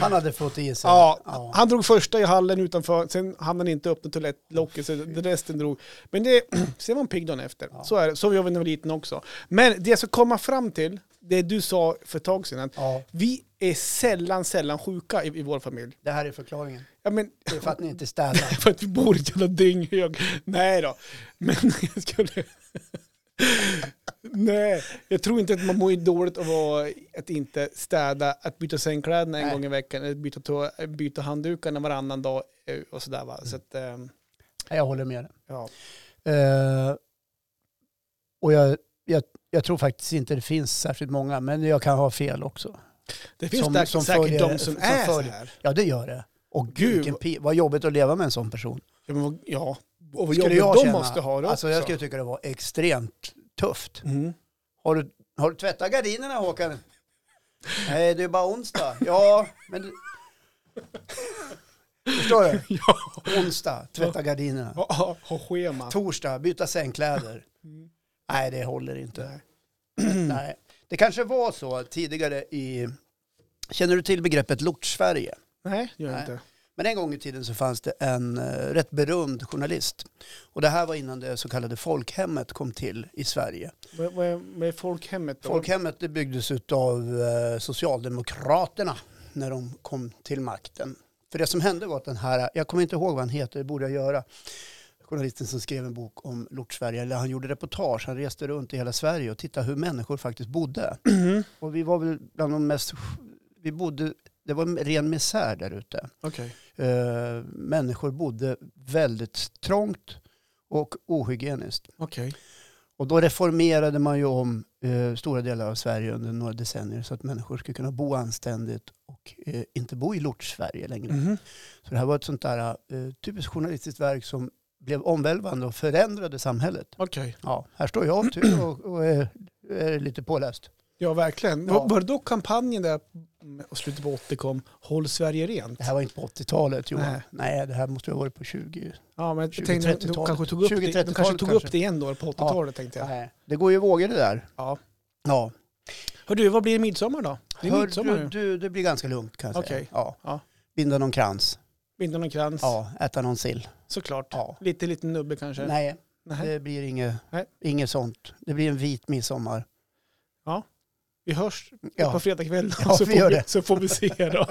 S2: Han hade fått i sig.
S1: Ja,
S2: Ja.
S1: han drog första i hallen utanför, sen hann han inte öppna toalettlocket, så det- resten drog. Men det, [CLEARS THROAT] sen var han pigg dagen efter.
S2: Ja.
S1: Så är det, så var jag när jag var liten också. Men det jag ska komma fram till, det du sa för ett tag sedan, att
S2: ja,
S1: vi är sällan, sällan sjuka i, i vår familj.
S2: det här är förklaringen.
S1: Ja, men,
S2: Det är för att ni inte [LAUGHS] städar.
S1: [LAUGHS] för att vi bor i ett jävla dynghög. Nej då, men [LAUGHS] jag skulle... Nej, jag tror inte att man mår dåligt av att, att inte städa, att byta sängkläderna en
S2: Nej.
S1: gång i veckan, eller byta, to- byta handdukarna varannan dag eh, och sådär va. Så att, ehm,
S2: Nej, Jag håller med dig.
S1: ja.
S2: Eh, och jag, jag, jag tror faktiskt inte det finns särskilt många, men jag kan ha fel också.
S1: Det finns
S2: Som-
S1: där,
S2: som
S1: säkert
S2: följer-
S1: de som,
S2: som
S1: är så
S2: följer.
S1: här.
S2: Ja, det gör det. Och
S1: Gud,
S2: gud, vilken pi- vad jobbigt att leva med en sån person.
S1: Ja, men, vad- ja. och vad
S2: Skulle
S1: jobbigt
S2: jag
S1: de
S2: känna.
S1: måste ha det
S2: Alltså,
S1: också.
S2: jag skulle tycka det var extremt tufft.
S1: mm. [LAUGHS]
S2: Har du, har du tvättat gardinerna, Håkan? Nej, det är bara onsdag. Ja, men... Förstår du?
S1: ja.
S2: Onsdag, tvätta gardinerna.
S1: ha- ha- ha schema.
S2: Torsdag, byta sängkläder.
S1: Mm.
S2: Nej, det håller inte. [CLEARS THROAT] Nej. Det kanske var så tidigare i... Känner du till begreppet Lortsverige?
S1: Nej, gör jag
S2: Nej.
S1: inte.
S2: Men en gång i tiden så fanns det en eh, rätt berömd journalist. Och det här var innan det så kallade folkhemmet kom till i Sverige.
S1: Vad- Vad är, vad är folkhemmet då?
S2: Folkhemmet det byggdes av Socialdemokraterna när de kom till makten. För det som hände var att den här, jag kommer inte ihåg vad han heter, det borde jag göra, journalisten som skrev en bok om Lortsverige, eller han gjorde reportage, han reste runt i hela Sverige och tittade hur människor faktiskt bodde. Och vi var väl bland de mest, vi bodde, det var en ren misär där ute.
S1: Okej.
S2: Eh, människor bodde väldigt trångt och ohygieniskt.
S1: Okej.
S2: Och då reformerade man ju om eh, stora delar av Sverige under några decennier så att människor skulle kunna bo anständigt och eh, inte bo i lortsverige längre.
S1: Mhm.
S2: Så det här var ett sånt där eh, typiskt journalistiskt verk som blev omvälvande och förändrade samhället.
S1: Okej.
S2: Ja, här står jag typ, och, och är, är lite påläst.
S1: Ja, verkligen.
S2: Ja.
S1: Var, var det då kampanjen där och slutet på 80 kom, Håll Sverige rent?
S2: Det här var inte på 80-talet Johan.
S1: Nej.
S2: Nej. det här måste ha varit på 20.
S1: Ja, men jag tänkte, de
S2: 20-30-talet.
S1: kanske tog upp, det, de kanske
S2: 20-30-talet
S1: tog
S2: kanske.
S1: upp det igen då på 80-talet tänkte jag.
S2: Nej. Det går ju i vågor det där.
S1: Ja.
S2: Ja.
S1: Hör du, vad blir det midsommar då? Det är
S2: Hör
S1: midsommar
S2: du,
S1: nu.
S2: du, det blir ganska lugnt kan jag säga.
S1: Okej.
S2: Ja.
S1: Ja.
S2: Binda någon krans,
S1: Binda någon krans,
S2: ja. äta någon sill.
S1: såklart.
S2: Ja.
S1: Lite liten nubbe kanske.
S2: Nej,
S1: Nej.
S2: det blir inget,
S1: Nej.
S2: inget sånt. Det blir en vit midsommar.
S1: Vi hörs
S2: Ja.
S1: på fredag kväll
S2: Ja,
S1: så,
S2: vi
S1: får
S2: gör
S1: vi,
S2: det.
S1: så får vi se då.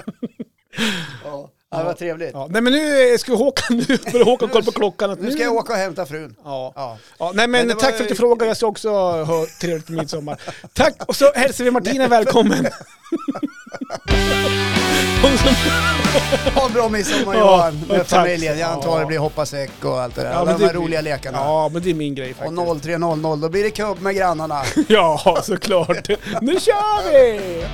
S2: Ja.
S1: Ja.
S2: vad trevligt.
S1: Ja. Nej men nu ska Håkan, nu börjar Håkan kolla på klockan. att
S2: Nu ska jag åka och hämta frun.
S1: Mm. Ja.
S2: Ja.
S1: Ja, nej men,
S2: Men det var-
S1: tack för att du frågade, jag ska också ha
S2: [LAUGHS]
S1: trevligt midsommar. Tack och så hälsar vi Martina välkommen. Hon som-
S2: Ha en bra midsommar
S1: Ja,
S2: Johan med
S1: tack.
S2: familjen. Jag antar
S1: Ja.
S2: det blir hoppa säck och allt det där.
S1: Ja,
S2: Alla
S1: men
S2: de här
S1: det blir-
S2: roliga lekarna.
S1: Ja, men det är min grej
S2: Och
S1: faktiskt.
S2: 03.00 då blir det kubb med grannarna.
S1: Ja, såklart. Nu kör vi!